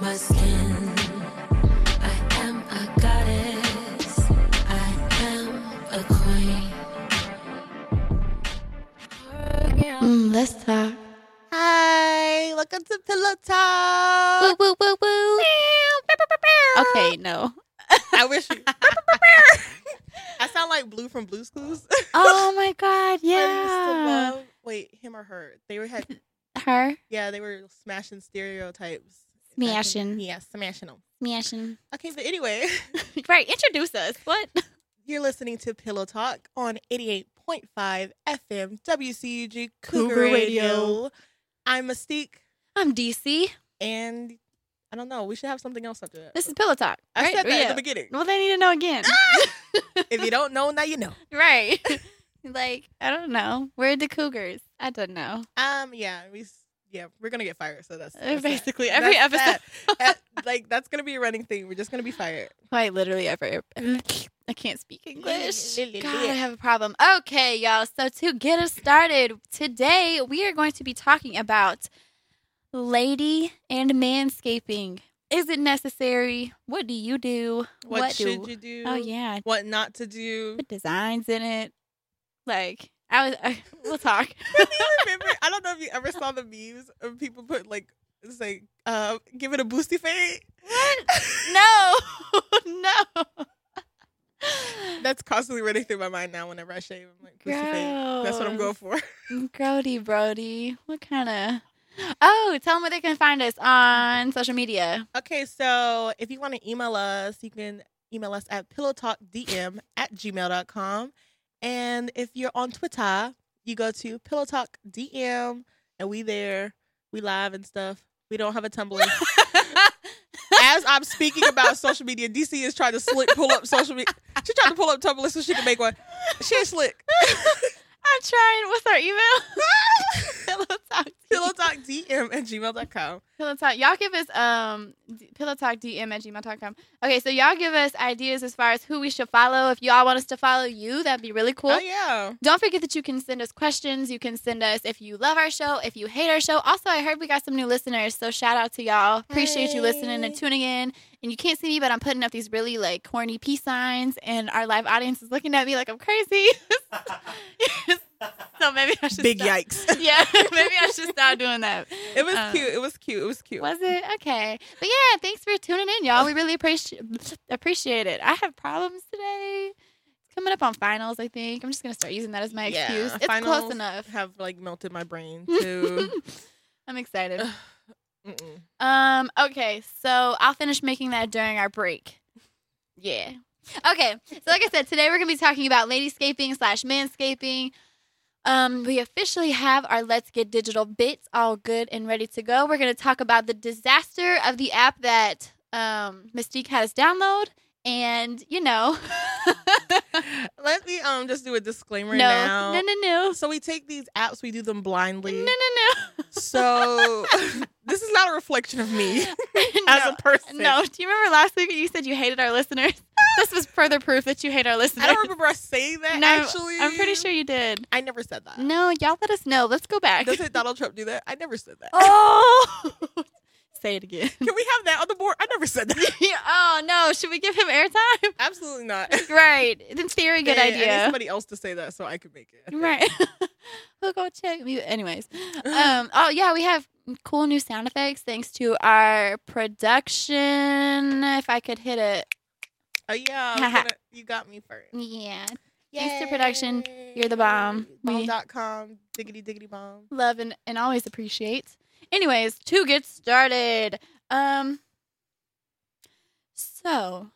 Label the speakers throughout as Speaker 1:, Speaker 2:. Speaker 1: my skin. I am a goddess. I am a queen. Mm, let's talk.
Speaker 2: Hi, welcome to Pillow
Speaker 1: Woo
Speaker 2: Talk.
Speaker 1: woo woo woo.
Speaker 2: Okay, no. I wish you. I sound like Blue from Blue's Clues. I used
Speaker 1: Oh my god,
Speaker 2: to
Speaker 1: yeah.
Speaker 2: love- Wait, him or her? They were had.
Speaker 1: Her
Speaker 2: Yeah, they were smashing stereotypes.
Speaker 1: Smashing.
Speaker 2: Yeah, smashing them.
Speaker 1: smashing.
Speaker 2: Okay, but anyway,
Speaker 1: Right, introduce us. What?
Speaker 2: you're listening to Pillow Talk on 88.5 FM WCUG
Speaker 1: Cougar
Speaker 2: Cougar, Radio.
Speaker 1: Radio.
Speaker 2: I'm Mystique,
Speaker 1: I'm DC.
Speaker 2: and I don't know. We should have something else after that.
Speaker 1: This is Pillow Talk.
Speaker 2: I
Speaker 1: right?
Speaker 2: said that
Speaker 1: Yeah.
Speaker 2: at the Ah! beginning.
Speaker 1: Well, they need to know again.
Speaker 2: if you don't know, now you know.
Speaker 1: right. like, I don't know. Where are the Cougars? I don't know.
Speaker 2: Um, yeah, we s- yeah, we're gonna get fired. So that's,
Speaker 1: Uh,
Speaker 2: that's that.
Speaker 1: basically every
Speaker 2: That's
Speaker 1: episode.
Speaker 2: that. That- like that's gonna be a running thing. We're just gonna be fired.
Speaker 1: Quite literally every. I can't speak English.
Speaker 2: Li- li- li-
Speaker 1: God,
Speaker 2: li-
Speaker 1: I have a problem. Okay, y'all. So to get us started today, we are going to be talking about lady and manscaping. Is it necessary? What do you do?
Speaker 2: What, should
Speaker 1: do?
Speaker 2: you do?
Speaker 1: Oh yeah,
Speaker 2: What not to do?
Speaker 1: put designs in it. Like I was. I, we'll talk.
Speaker 2: Do you remember? I don't know if you ever saw the memes of people put like it's like uh, give it a boosty fade.
Speaker 1: no, no.
Speaker 2: That's constantly running through my mind now. Whenever I shave, I'm like boosty fade. That's what I'm going
Speaker 1: Gross.
Speaker 2: for.
Speaker 1: Grody Brody. What kind of. Oh, tell them where they can find us on social media.
Speaker 2: Okay, so if you want to email us, you can email us at pillowtalkdm at gmail.com. And if you're on Twitter, you go to pillowtalkdm and we there. We live and stuff. We don't have a Tumblr. As I'm speaking about social media, DC is trying to slick pull up social media. She tried to pull up Tumblr so she can make one. She ain't slick.
Speaker 1: I'm trying. What's our email? Pillow Talk.
Speaker 2: pillowtalkdm at gmail.com.
Speaker 1: Pillow Talk. Y'all give us um d- Pillow Talk DM at gmail.com. Okay, so y'all give us ideas as far as who we should follow. If y'all want us to follow you, that'd be really cool.
Speaker 2: Oh, yeah.
Speaker 1: Don't forget that you can send us questions. You can send us if you love our show, if you hate our show. Also, I heard we got some new listeners, so shout out to y'all. Appreciate you listening and
Speaker 2: Hey.
Speaker 1: tuning in. And you can't see me, but I'm putting up these really like corny peace signs, and our live audience is looking at me like I'm crazy. so maybe I should
Speaker 2: Big
Speaker 1: stop.
Speaker 2: yikes. Uh,
Speaker 1: Yeah, maybe I should stop doing that.
Speaker 2: It was
Speaker 1: Um,
Speaker 2: cute. It was cute. It was cute.
Speaker 1: Was it okay? But yeah, thanks for tuning in, y'all. We really appreciate appreciate it. I have problems today. It's coming up on finals. I think I'm just gonna start using that as my
Speaker 2: Yeah,
Speaker 1: excuse. It's close
Speaker 2: finals
Speaker 1: enough.
Speaker 2: have like melted my brain too.
Speaker 1: I'm excited.
Speaker 2: Mm-mm.
Speaker 1: Um. Okay. So I'll finish making that during our break. Yeah. Okay. So like I said, today we're gonna be talking about ladyscaping slash manscaping. Um, we officially have our Let's Get Digital bits all good and ready to go. We're gonna talk about the disaster of the app that um, Mystique had us download, and you know,
Speaker 2: Let me um just do a disclaimer
Speaker 1: no,
Speaker 2: now.
Speaker 1: no, no, no,
Speaker 2: So we take these apps, we do them blindly.
Speaker 1: no, no,
Speaker 2: So this is not a reflection of me
Speaker 1: no,
Speaker 2: as
Speaker 1: no.
Speaker 2: a person.
Speaker 1: No, do you remember last week you said you hated our listeners? this was further proof that you hate our listeners.
Speaker 2: I don't remember us saying that
Speaker 1: No,
Speaker 2: actually.
Speaker 1: I'm pretty sure you did.
Speaker 2: I never said that.
Speaker 1: No, y'all let us know. Let's go back.
Speaker 2: Doesn't Donald Trump do that? I never said that.
Speaker 1: oh, say it again.
Speaker 2: Can we have that on the board? I never said that.
Speaker 1: oh no, should we give him airtime?
Speaker 2: Absolutely not.
Speaker 1: Right, in theory, good
Speaker 2: Hey, I need
Speaker 1: idea.
Speaker 2: somebody else to say that so I could make it. I think.
Speaker 1: Right. we'll go check. me- Anyways, um, oh yeah, we have cool new sound effects thanks to our production. If I could hit it,
Speaker 2: Oh yeah. I was gonna- you got me first.
Speaker 1: yeah. Thanks to production. You're the bomb. We-
Speaker 2: Bomb.com. Diggity diggity bomb.
Speaker 1: love and, and always appreciate. Anyways, to get started. Um so,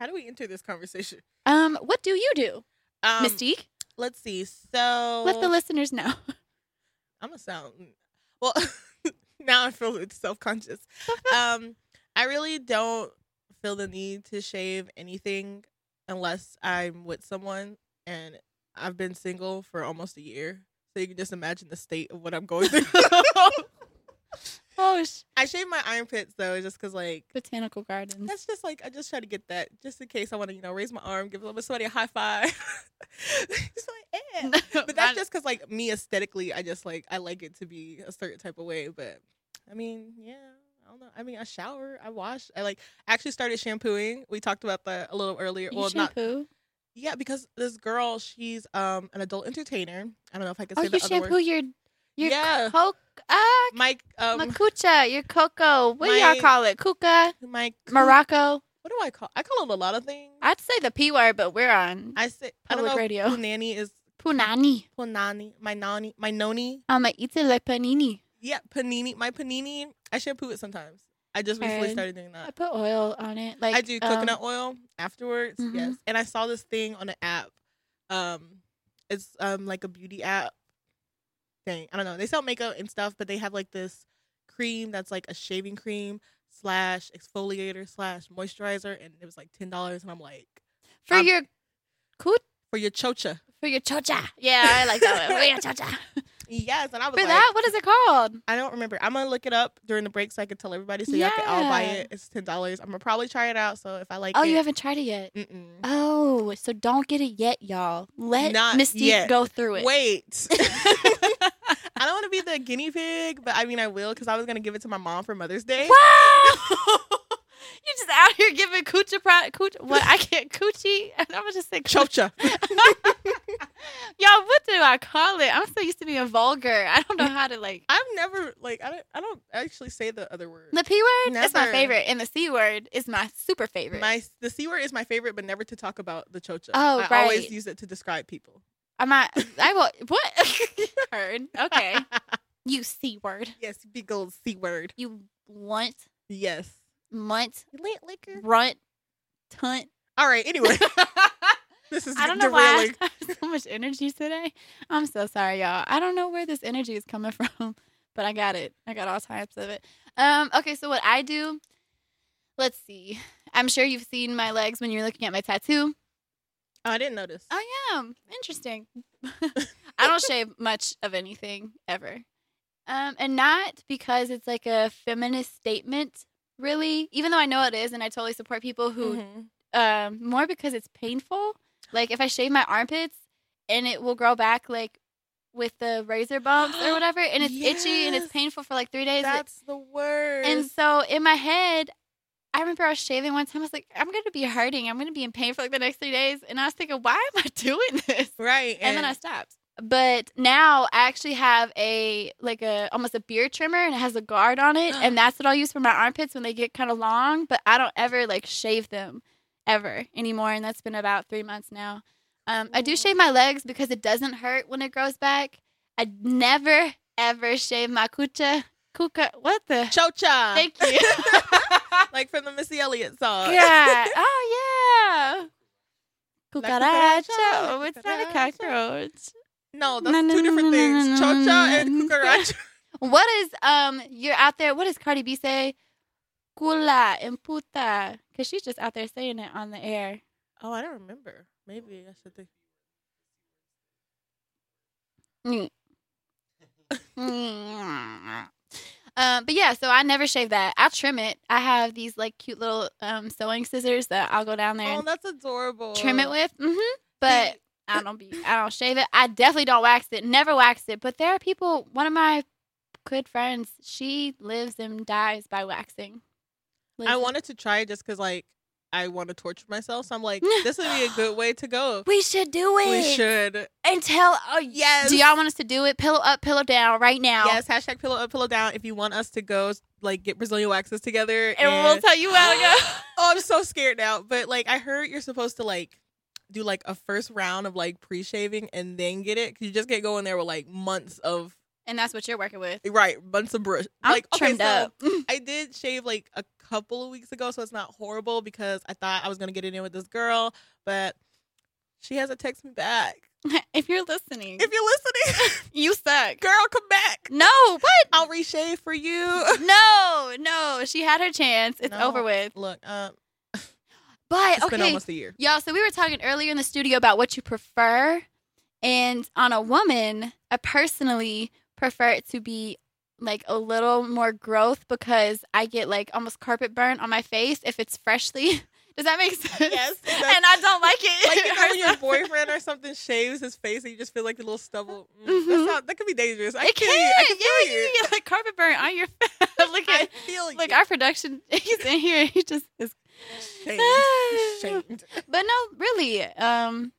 Speaker 2: How do we enter this conversation?
Speaker 1: um what do you do?
Speaker 2: Um,
Speaker 1: Mystique?
Speaker 2: Let's see. So
Speaker 1: Let the listeners know.
Speaker 2: I'm gonna sound well. now I feel it's self conscious. um, I really don't feel the need to shave anything unless I'm with someone, and I've been single for almost a year, so you can just imagine the state of what I'm going through.
Speaker 1: oh, sh-
Speaker 2: I shave my armpits though, just because like.
Speaker 1: botanical gardens.
Speaker 2: That's just like I just try to get that just in case I want to you know raise my arm, give a little bit somebody a high five. It's like, eh. but that's just because like me aesthetically i just like i like it to be a certain type of way but i mean yeah I don't know. I mean, I shower, I wash, I like actually started shampooing. We talked about that a little earlier.
Speaker 1: You
Speaker 2: well, not
Speaker 1: shampoo.
Speaker 2: yeah, because this girl, she's um an adult entertainer. I don't know if I can
Speaker 1: oh,
Speaker 2: say
Speaker 1: you
Speaker 2: the other
Speaker 1: shampoo
Speaker 2: word.
Speaker 1: your your
Speaker 2: Yeah.
Speaker 1: coke. Ah,
Speaker 2: Mike, um,
Speaker 1: makucha, your cocoa. What do
Speaker 2: my-
Speaker 1: y'all call it? Kuka,
Speaker 2: Mike,
Speaker 1: Morocco.
Speaker 2: What do I call? I call him a lot of things. I,
Speaker 1: I'd say the p word, but we're on
Speaker 2: say I
Speaker 1: public
Speaker 2: don't know. if
Speaker 1: radio.
Speaker 2: Punani is
Speaker 1: Punani.
Speaker 2: punani. My nani, my noni.
Speaker 1: I'm a itele panini.
Speaker 2: Yeah, panini. My panini. I shampoo it sometimes. I just recently
Speaker 1: Heard.
Speaker 2: started doing
Speaker 1: I
Speaker 2: that.
Speaker 1: put oil on it. Like
Speaker 2: I Mm-hmm. do
Speaker 1: um,
Speaker 2: coconut oil afterwards.
Speaker 1: mhm.
Speaker 2: Yes, and I saw this thing on an app. Um, it's um like a beauty app thing. I don't know. They sell makeup and stuff, but they have like this cream that's like a shaving cream slash exfoliator slash moisturizer, and it was like ten dollars. And I'm like,
Speaker 1: for
Speaker 2: I'm-
Speaker 1: your coot
Speaker 2: for your chocha.
Speaker 1: for your chocha. Yeah, I like that one. For your chocha.
Speaker 2: Yes, and I was
Speaker 1: For
Speaker 2: like,
Speaker 1: that, what is it called?
Speaker 2: I don't remember. I'm gonna look it up during the break so I can tell everybody so y'all can all buy
Speaker 1: Yeah.
Speaker 2: it. It's ten dollars. I'm gonna probably try it out. So if I like
Speaker 1: Oh,
Speaker 2: it,
Speaker 1: you haven't tried it yet.
Speaker 2: Mm-mm.
Speaker 1: Oh, so don't get it yet, y'all. Let
Speaker 2: Not
Speaker 1: Mystique
Speaker 2: yet.
Speaker 1: go through it.
Speaker 2: Wait. I don't want to be the guinea pig, but I mean I will because I was gonna give it to my mom for Mother's Day.
Speaker 1: Wow! You're just out here giving coochie pro- cooch- what I can't coochie. I'm gonna just say cooch-
Speaker 2: Chocha.
Speaker 1: y'all. What do I call it? I'm so used to being vulgar. I don't know how to like
Speaker 2: I've never like I don't I don't actually say the other word.
Speaker 1: the p word. That's my
Speaker 2: Never.
Speaker 1: favorite, and the c word is my super favorite.
Speaker 2: My the c word is my favorite, but never to talk about the chocha.
Speaker 1: Oh,
Speaker 2: I always
Speaker 1: right.
Speaker 2: use it to describe people.
Speaker 1: I might. I will. What? Heard. Okay. You c word.
Speaker 2: yes, big old c word.
Speaker 1: You want
Speaker 2: Yes.
Speaker 1: munt
Speaker 2: Lint liquor.
Speaker 1: runt tunt.
Speaker 2: All right. Anyway, this is
Speaker 1: I don't know
Speaker 2: derailing.
Speaker 1: why I have so much energy today. I'm so sorry, y'all. I don't know where this energy is coming from, but I got it. I got all types of it. Um, okay, so what I do, let's see. I'm sure you've seen my legs when you're looking at my tattoo.
Speaker 2: Oh, I didn't notice.
Speaker 1: I am. Interesting. I don't shave much of anything ever. Um, and not because it's like a feminist statement, really, even though I know it is, and I totally support people who
Speaker 2: Mhm.
Speaker 1: um, more because it's painful. Like if I shave my armpits and it will grow back like with the razor bumps or whatever, and it's itchy and it's
Speaker 2: Yes.
Speaker 1: painful for like three days.
Speaker 2: That's the word.
Speaker 1: and so in my head, I remember I was shaving one time. I was like, I'm gonna be hurting. I'm gonna be in pain for like the next three days. And I was thinking, why am I doing this?
Speaker 2: right.
Speaker 1: and then I stopped. But now I actually have a like a almost a beard trimmer and it has a guard on it, and that's what I'll use for my armpits when they get kind of long. But I don't ever like shave them ever anymore, and that's been about three months now. Um, I do
Speaker 2: Cool.
Speaker 1: shave my legs because it doesn't hurt when it grows back. I never ever shave my kucha kuka. What the?
Speaker 2: chocha.
Speaker 1: Thank you.
Speaker 2: like from the Missy Elliott song.
Speaker 1: yeah. Oh yeah.
Speaker 2: La
Speaker 1: Cucaracha.
Speaker 2: cucaracha, la
Speaker 1: Oh, it's not a
Speaker 2: cucaracha.
Speaker 1: cockroach.
Speaker 2: No, that's
Speaker 1: No, no,
Speaker 2: two
Speaker 1: no, no,
Speaker 2: different
Speaker 1: no,
Speaker 2: things.
Speaker 1: no, no,
Speaker 2: Chocha
Speaker 1: no,
Speaker 2: and
Speaker 1: no.
Speaker 2: cucaracha.
Speaker 1: What is um you're out there? What does Cardi B say? Cula and puta, because she's just out there saying it on the air.
Speaker 2: Oh, I don't remember. Maybe I should think.
Speaker 1: Mm. Mm. um, but yeah, so I never shave that. I'll trim it. I have these like cute little um sewing scissors that I'll go down there
Speaker 2: Oh,
Speaker 1: and
Speaker 2: that's adorable.
Speaker 1: trim it with. hmm But I don't be. I don't shave it. I definitely don't wax it. Never waxed it. But there are people. One of my good friends. She lives and dies by waxing.
Speaker 2: I
Speaker 1: Lives-
Speaker 2: wanted to try it just because, like, I want to torture myself. So I'm like, this would be a good way to go.
Speaker 1: We should do it.
Speaker 2: We should.
Speaker 1: And tell. Oh,
Speaker 2: Yes.
Speaker 1: Do y'all want us to do it? Pillow up, pillow down, right now.
Speaker 2: Yes. Hashtag pillow up, pillow down. If you want us to go, like, get Brazilian waxes together,
Speaker 1: And we'll tell you how to go.
Speaker 2: Oh, I'm so scared now. But like, I heard you're supposed to like do like a first round of like pre-shaving and then get it because you just can't go in there with like months of
Speaker 1: And that's what you're working with.
Speaker 2: right months of brush.
Speaker 1: I'm
Speaker 2: like
Speaker 1: trimmed up.
Speaker 2: I did shave like a couple of weeks ago, so it's not horrible because I thought I was gonna get it in with this girl, but she hasn't texted me back.
Speaker 1: if you're listening,
Speaker 2: If you're listening,
Speaker 1: you suck.
Speaker 2: girl, come back.
Speaker 1: No, what?
Speaker 2: I'll reshave for you.
Speaker 1: No, no. She had her chance. It's
Speaker 2: No.
Speaker 1: over with.
Speaker 2: Look, um,
Speaker 1: But
Speaker 2: it's
Speaker 1: okay,
Speaker 2: been almost a year.
Speaker 1: Y'all, so we were talking earlier in the studio about what you prefer. And on a woman, I personally prefer it to be like a little more growth because I get like almost carpet burn on my face if it's freshly Does that make sense?
Speaker 2: Yes, it does.
Speaker 1: and I don't like it.
Speaker 2: Like you know when your
Speaker 1: It hurts.
Speaker 2: boyfriend or something shaves his face and you just feel like the little stubble. Mm,
Speaker 1: Mhm.
Speaker 2: That's not, that could be dangerous. I
Speaker 1: It
Speaker 2: feel
Speaker 1: can.
Speaker 2: you. I can
Speaker 1: yeah,
Speaker 2: feel you.
Speaker 1: you can get like carpet burn on your face. look
Speaker 2: I
Speaker 1: at
Speaker 2: feel you.
Speaker 1: look our production. He's in here. He just is
Speaker 2: shamed. shamed.
Speaker 1: But no, really. Um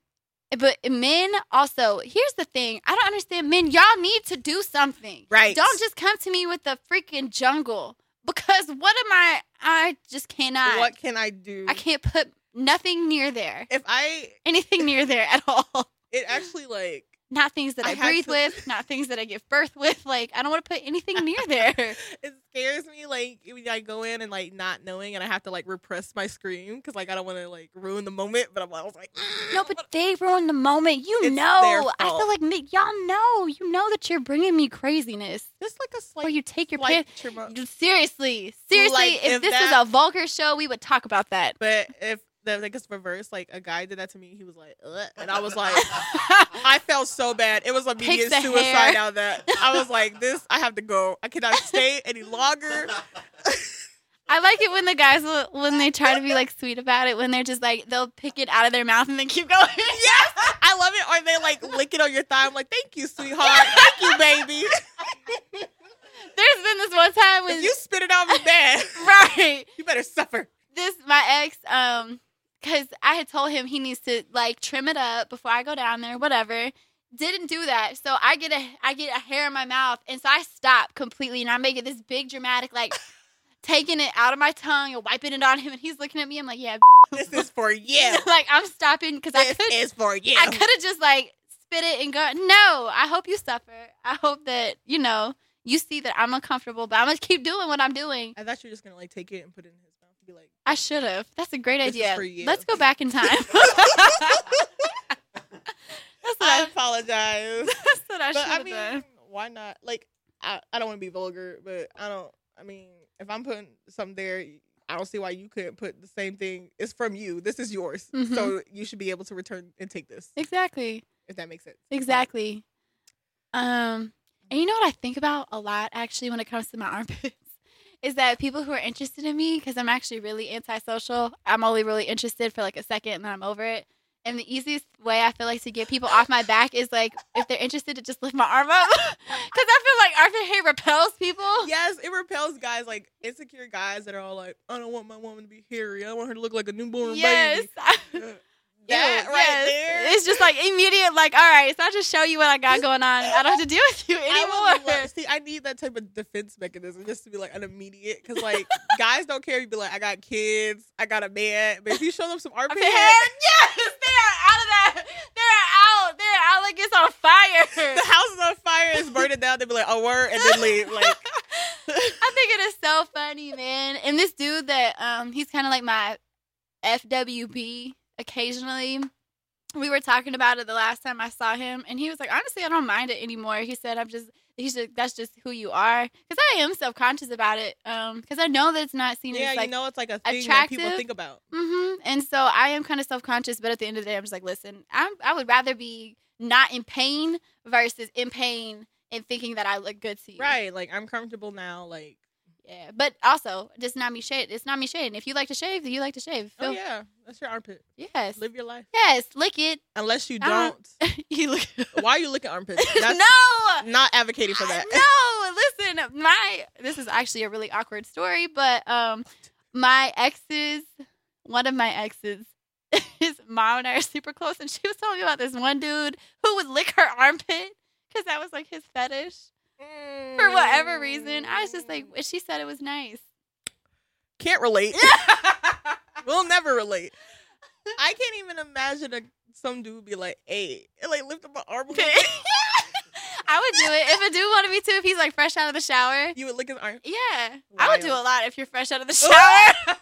Speaker 1: but men also, here's the thing. I don't understand men. Y'all need to do something.
Speaker 2: Right.
Speaker 1: Don't just come to me with the freaking jungle. Because what am I I just cannot
Speaker 2: What can I do?
Speaker 1: I can't put nothing near there.
Speaker 2: If I,
Speaker 1: Anything near there at all.
Speaker 2: it actually like
Speaker 1: Not things that
Speaker 2: I
Speaker 1: I,
Speaker 2: had
Speaker 1: breathe
Speaker 2: to-
Speaker 1: with, not things that I give birth with. Like I don't want to put anything near there.
Speaker 2: it scares me. Like when I go in and like not knowing, and I have to like repress my scream because like I don't want to like ruin the moment. But I'm I was like,
Speaker 1: No, but they ruin the moment. You
Speaker 2: It's
Speaker 1: know.
Speaker 2: their
Speaker 1: I feel
Speaker 2: fault.
Speaker 1: like Nick, y'all know. You know that you're bringing me craziness.
Speaker 2: just like a
Speaker 1: Or
Speaker 2: slight,
Speaker 1: you take your
Speaker 2: slight
Speaker 1: pants.
Speaker 2: tremor.
Speaker 1: Seriously, seriously,
Speaker 2: Like,
Speaker 1: if,
Speaker 2: if
Speaker 1: this
Speaker 2: that-
Speaker 1: was a vulgar show, we would talk about that.
Speaker 2: But if the like it's reverse, like a guy did that to me, he was like, Ugh, and I was like, I felt so bad. It was immediate
Speaker 1: the
Speaker 2: suicide
Speaker 1: hair.
Speaker 2: out there. I was like, this, I have to go. I cannot stay any longer.
Speaker 1: I like it when the guys will- when they try to be like sweet about it when they're just like they'll pick it out of their mouth and then keep going.
Speaker 2: Yes, I love it. Or they like lick it on your thigh. I'm like, thank you, sweetheart. Thank you, baby.
Speaker 1: There's been this one time when
Speaker 2: If you spit it out me bad,
Speaker 1: right
Speaker 2: you better suffer.
Speaker 1: this my ex um because I had told him he needs to like trim it up before I go down there whatever didn't do that so I get a I get a hair in my mouth and so I stop completely and I make it this big dramatic like taking it out of my tongue and wiping it on him and he's looking at me I'm like yeah
Speaker 2: This is for you.
Speaker 1: like I'm stopping because I
Speaker 2: This
Speaker 1: could
Speaker 2: is for you.
Speaker 1: I could have just like spit it and go. No, I hope you suffer. I hope that you know you see that I'm uncomfortable, but I'm gonna keep doing what I'm doing.
Speaker 2: I thought you were just gonna like take it and put it in his mouth and be like,
Speaker 1: I should have. That's a great
Speaker 2: This is
Speaker 1: idea.
Speaker 2: for you.
Speaker 1: Let's go back in time. that's what
Speaker 2: I
Speaker 1: I,
Speaker 2: apologize.
Speaker 1: that's what I should
Speaker 2: Um, but
Speaker 1: have
Speaker 2: I mean,
Speaker 1: done.
Speaker 2: why not? Like, I, I don't want to be vulgar, but I don't. I mean, if I'm putting something there, I don't see why you couldn't put the same thing. It's from you. This is yours,
Speaker 1: Mhm.
Speaker 2: so you should be able to return and take this.
Speaker 1: Exactly.
Speaker 2: If that makes sense.
Speaker 1: Exactly. Um, and you know what I think about a lot actually when it comes to my armpits is that people who are interested in me because I'm actually really antisocial. I'm only really interested for like a second and then I'm over it. And the easiest way I feel like to get people off my back is like if they're interested to just lift my arm up because I feel like armpit hair repels people.
Speaker 2: Yes, it repels guys like insecure guys that are all like, I don't want my woman to be hairy. I want her to look like a newborn
Speaker 1: yes.
Speaker 2: baby.
Speaker 1: Yeah,
Speaker 2: That right there.
Speaker 1: It's just like immediate, like, all right, so I'll just show you what I got going on. I don't have to deal with you anymore.
Speaker 2: I would love- see, I need that type of defense mechanism just to be like an immediate, because like guys don't care. You be like, I got kids, I got a man, but if you show them some
Speaker 1: I'm
Speaker 2: armpit
Speaker 1: saying,
Speaker 2: hair,
Speaker 1: "Hell yes, they are out of that. They're out. They're out like it's on fire.
Speaker 2: the house is on fire, it's burning down. They be like, a word, and then leave. Like,
Speaker 1: I think it is so funny, man. And this dude that um, he's kind of like my FWB occasionally. We were talking about it the last time I saw him, and he was like, honestly, I don't mind it anymore. He said, I'm just. He's just, that's just who you are. Because I am self conscious about it. Um, because I know that it's not seen
Speaker 2: yeah,
Speaker 1: as like
Speaker 2: you know, it's like a thing that people
Speaker 1: attractive.
Speaker 2: think about.
Speaker 1: Mm-hmm. And so I am kind of self conscious, but at the end of the day, I'm just like, listen, I'm, I would rather be not in pain versus in pain and thinking that I look good to you.
Speaker 2: Right, like I'm comfortable now. Like,
Speaker 1: Yeah. But also, just not me shade. It's not me shading. If you like to shave, then you like to shave.
Speaker 2: oh
Speaker 1: Feel-
Speaker 2: yeah, that's your armpit.
Speaker 1: Yes.
Speaker 2: Live your life.
Speaker 1: yes. Lick it.
Speaker 2: Unless you
Speaker 1: I
Speaker 2: don't,
Speaker 1: don't- you look.
Speaker 2: why are you looking at armpits? That's
Speaker 1: no.
Speaker 2: not advocating for that.
Speaker 1: No. Listen, my this is actually a really awkward story, but um, my exes, one of my exes, his mom and I are super close, and she was telling me about this one dude who would lick her armpit because that was like his fetish for whatever reason. I was just like, she said it was nice.
Speaker 2: can't relate. we'll never relate. I can't even imagine a, some dude be like, "Hey," and like lift up an arm. a little bit.
Speaker 1: I would do it if a dude wanted me to. If he's like fresh out of the shower,
Speaker 2: You would lick his arm.
Speaker 1: yeah, I would do a
Speaker 2: Wild.
Speaker 1: lot if you're fresh out of the shower.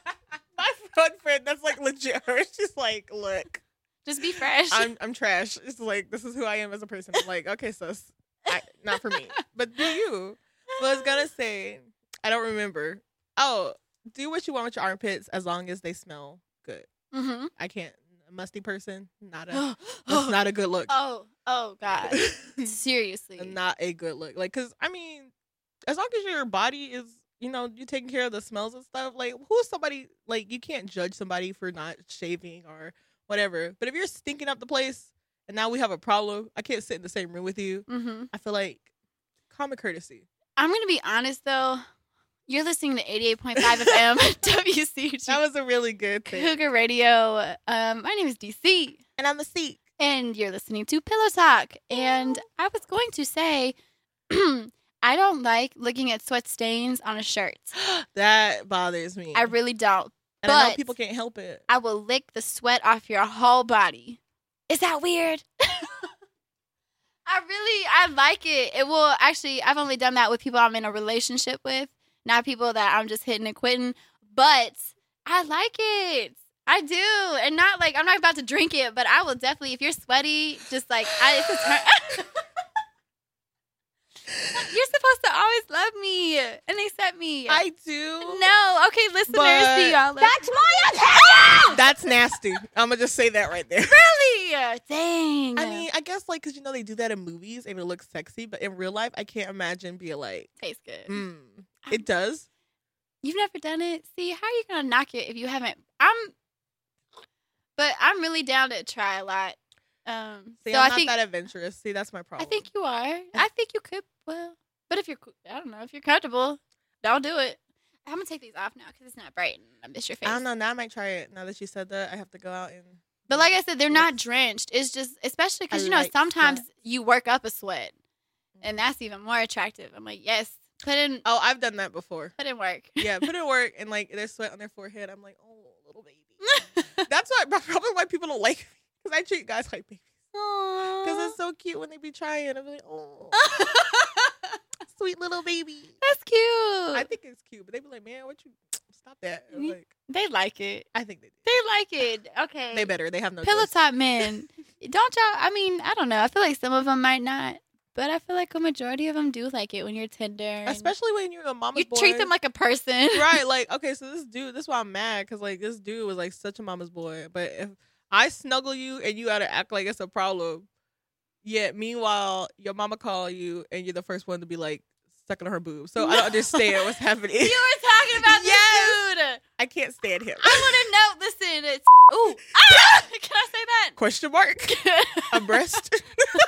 Speaker 2: My one friend, that's like legit. Her, she's like, "Look,
Speaker 1: Just be fresh.
Speaker 2: I'm I'm trash. It's like this is who I am as a person. I'm like, okay, sus, I, not for me, but do you? Was gonna say, I don't remember. Oh, do what you want with your armpits as long as they smell good.
Speaker 1: hmm
Speaker 2: I can't. A musty person, not a,
Speaker 1: oh,
Speaker 2: that's not a good look.
Speaker 1: oh, oh, God. Seriously.
Speaker 2: not a good look. Like, cause I mean, as long as your body is, you know, you taking care of the smells and stuff. Like, who's somebody? Like, you can't judge somebody for not shaving or whatever. But if you're stinking up the place, and now we have a problem, I can't sit in the same room with you.
Speaker 1: Mm-hmm.
Speaker 2: I feel like common courtesy.
Speaker 1: I'm gonna be honest though. You're listening to 88.5 FM WCG
Speaker 2: That was a really good thing.
Speaker 1: Cougar Radio. Um, my name is DC,
Speaker 2: And I'm a Sikh.
Speaker 1: and you're listening to Pillow Talk. And I was going to say, I don't like looking at sweat stains on a shirt.
Speaker 2: That bothers me.
Speaker 1: I really don't.
Speaker 2: and I know
Speaker 1: but-
Speaker 2: people can't help it.
Speaker 1: I will lick the sweat off your whole body. Is that weird? I really I like it. It will actually I've only done that with people I'm in a relationship with, not people that I'm just hitting and quitting, but I like it. I do. And not like I'm not about to drink it, but I will definitely if you're sweaty, just like I it's a turn You're supposed to always love me and accept me.
Speaker 2: I do.
Speaker 1: no, okay, listeners,
Speaker 2: But-
Speaker 1: do y'all. love-
Speaker 3: That's my opinion.
Speaker 2: That's nasty. I'm gonna just say that right there.
Speaker 1: Really? Dang.
Speaker 2: I mean, I guess like because you know they do that in movies and it looks sexy, but in real life, I can't imagine being like,
Speaker 1: tastes good.
Speaker 2: mm, it does.
Speaker 1: You've never done it. See, how are you gonna knock it if you haven't? I'm, but I'm really down to try a lot. Um,
Speaker 2: See,
Speaker 1: so
Speaker 2: I'm
Speaker 1: i
Speaker 2: not
Speaker 1: think
Speaker 2: that adventurous. See, that's my
Speaker 1: I
Speaker 2: problem.
Speaker 1: think you are. I think you could. Well, but if you're, co- I don't know, if you're comfortable, don't do it. I'm gonna take these off now because it's not bright and I miss your face.
Speaker 2: I don't know. Now I might try it. Now that you said that, I have to go out and.
Speaker 1: But like I said, they're not
Speaker 2: Yes.
Speaker 1: drenched. It's just, especially
Speaker 2: I
Speaker 1: because you know
Speaker 2: like Mm.
Speaker 1: sometimes
Speaker 2: sweat.
Speaker 1: you work up a sweat, and that's even more attractive. I'm like, yes, put in,
Speaker 2: Oh, I've done that before.
Speaker 1: put in work.
Speaker 2: Yeah, put in work and like there's sweat on their forehead. I'm like, oh, little baby. that's why probably why people don't like me because I treat guys like babies because it's so cute when they be trying. I'm like, oh, sweet little baby.
Speaker 1: That's cute.
Speaker 2: I think it's cute, but they be like, man, what you stop that? I'm
Speaker 1: Mhm.
Speaker 2: like,
Speaker 1: they like it.
Speaker 2: I think they do.
Speaker 1: They like it. Okay.
Speaker 2: They better. They have no
Speaker 1: Pillow
Speaker 2: choice.
Speaker 1: top men. Don't y'all? I mean, I don't know. I feel like some of them might not, but I feel like a majority of them do like it when you're tender. and
Speaker 2: Especially when you're a mama's
Speaker 1: you
Speaker 2: boy.
Speaker 1: treat them like a person.
Speaker 2: right. Like okay, so this dude. This is why I'm mad because like this dude was like such a mama's boy. But if I snuggle you and you gotta act like it's a problem, yet meanwhile your mama call you and you're the first one to be like sucking her boob. So I
Speaker 1: No.
Speaker 2: don't understand what's happening.
Speaker 1: You were talking about this
Speaker 2: Yes.
Speaker 1: dude.
Speaker 2: I can't stand him.
Speaker 1: I want to know. Listen, it's ooh. Ah! Can I say that?
Speaker 2: Question mark. A breast.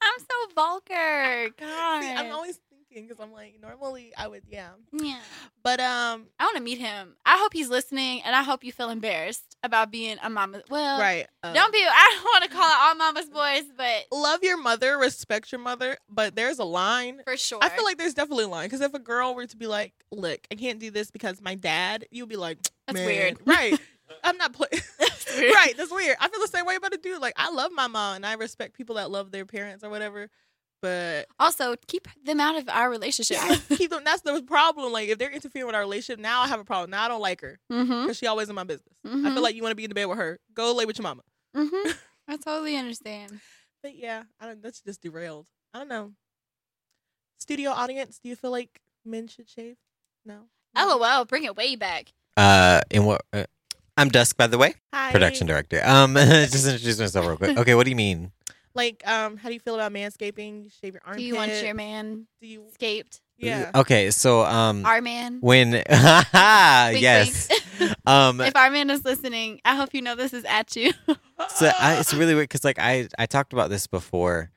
Speaker 1: I'm so vulgar. God.
Speaker 2: See, I'm always thinking because I'm like normally I would yeah,
Speaker 1: yeah.
Speaker 2: but um
Speaker 1: I want to meet him. I hope he's listening, and I hope you feel embarrassed about being a mama. Well,
Speaker 2: right um,
Speaker 1: Uh, Don't be. I don't want to call it all mama's boys, but
Speaker 2: love your mother, respect your mother, but there's a line.
Speaker 1: for sure.
Speaker 2: I feel like there's definitely a line because if a girl were to be like, "Look, I can't do this because my dad," you'd be like,
Speaker 1: That's
Speaker 2: "Man,
Speaker 1: weird."
Speaker 2: right?" I'm not playing.
Speaker 1: That's weird.
Speaker 2: right, that's weird. I feel the same way about a dude. Like, I love my mom and I respect people that love their parents or whatever, but
Speaker 1: Also, keep them out of our relationship.
Speaker 2: keep them. That's the problem. Like, if they're interfering with our relationship, now I have a problem. Now I don't like her
Speaker 1: mm-hmm.
Speaker 2: because she always in my business. I
Speaker 1: Mhm.
Speaker 2: feel like you want to be in the bed with her. Go lay with your mama.
Speaker 1: Mm-hmm. I totally understand.
Speaker 2: But yeah, I don't, that's just derailed. I don't know. Studio audience, do you feel like men should shave? No.
Speaker 1: LOL. Bring it way back.
Speaker 4: Uh, in what? Uh, I'm Dusk, by the way,
Speaker 2: Hi.
Speaker 4: production director. Um, just introduce myself real quick. Okay, what do you mean?
Speaker 2: Like, um, how do you feel about manscaping? You shave your armpit.
Speaker 1: Do you want your man
Speaker 2: Do you?
Speaker 1: scaped?
Speaker 2: Yeah.
Speaker 4: Okay, so um,
Speaker 1: Our man.
Speaker 4: when yes,
Speaker 1: wink.
Speaker 4: um,
Speaker 1: if our man is listening, I hope you know this is at you.
Speaker 4: so I, it's really weird because like I I talked about this before,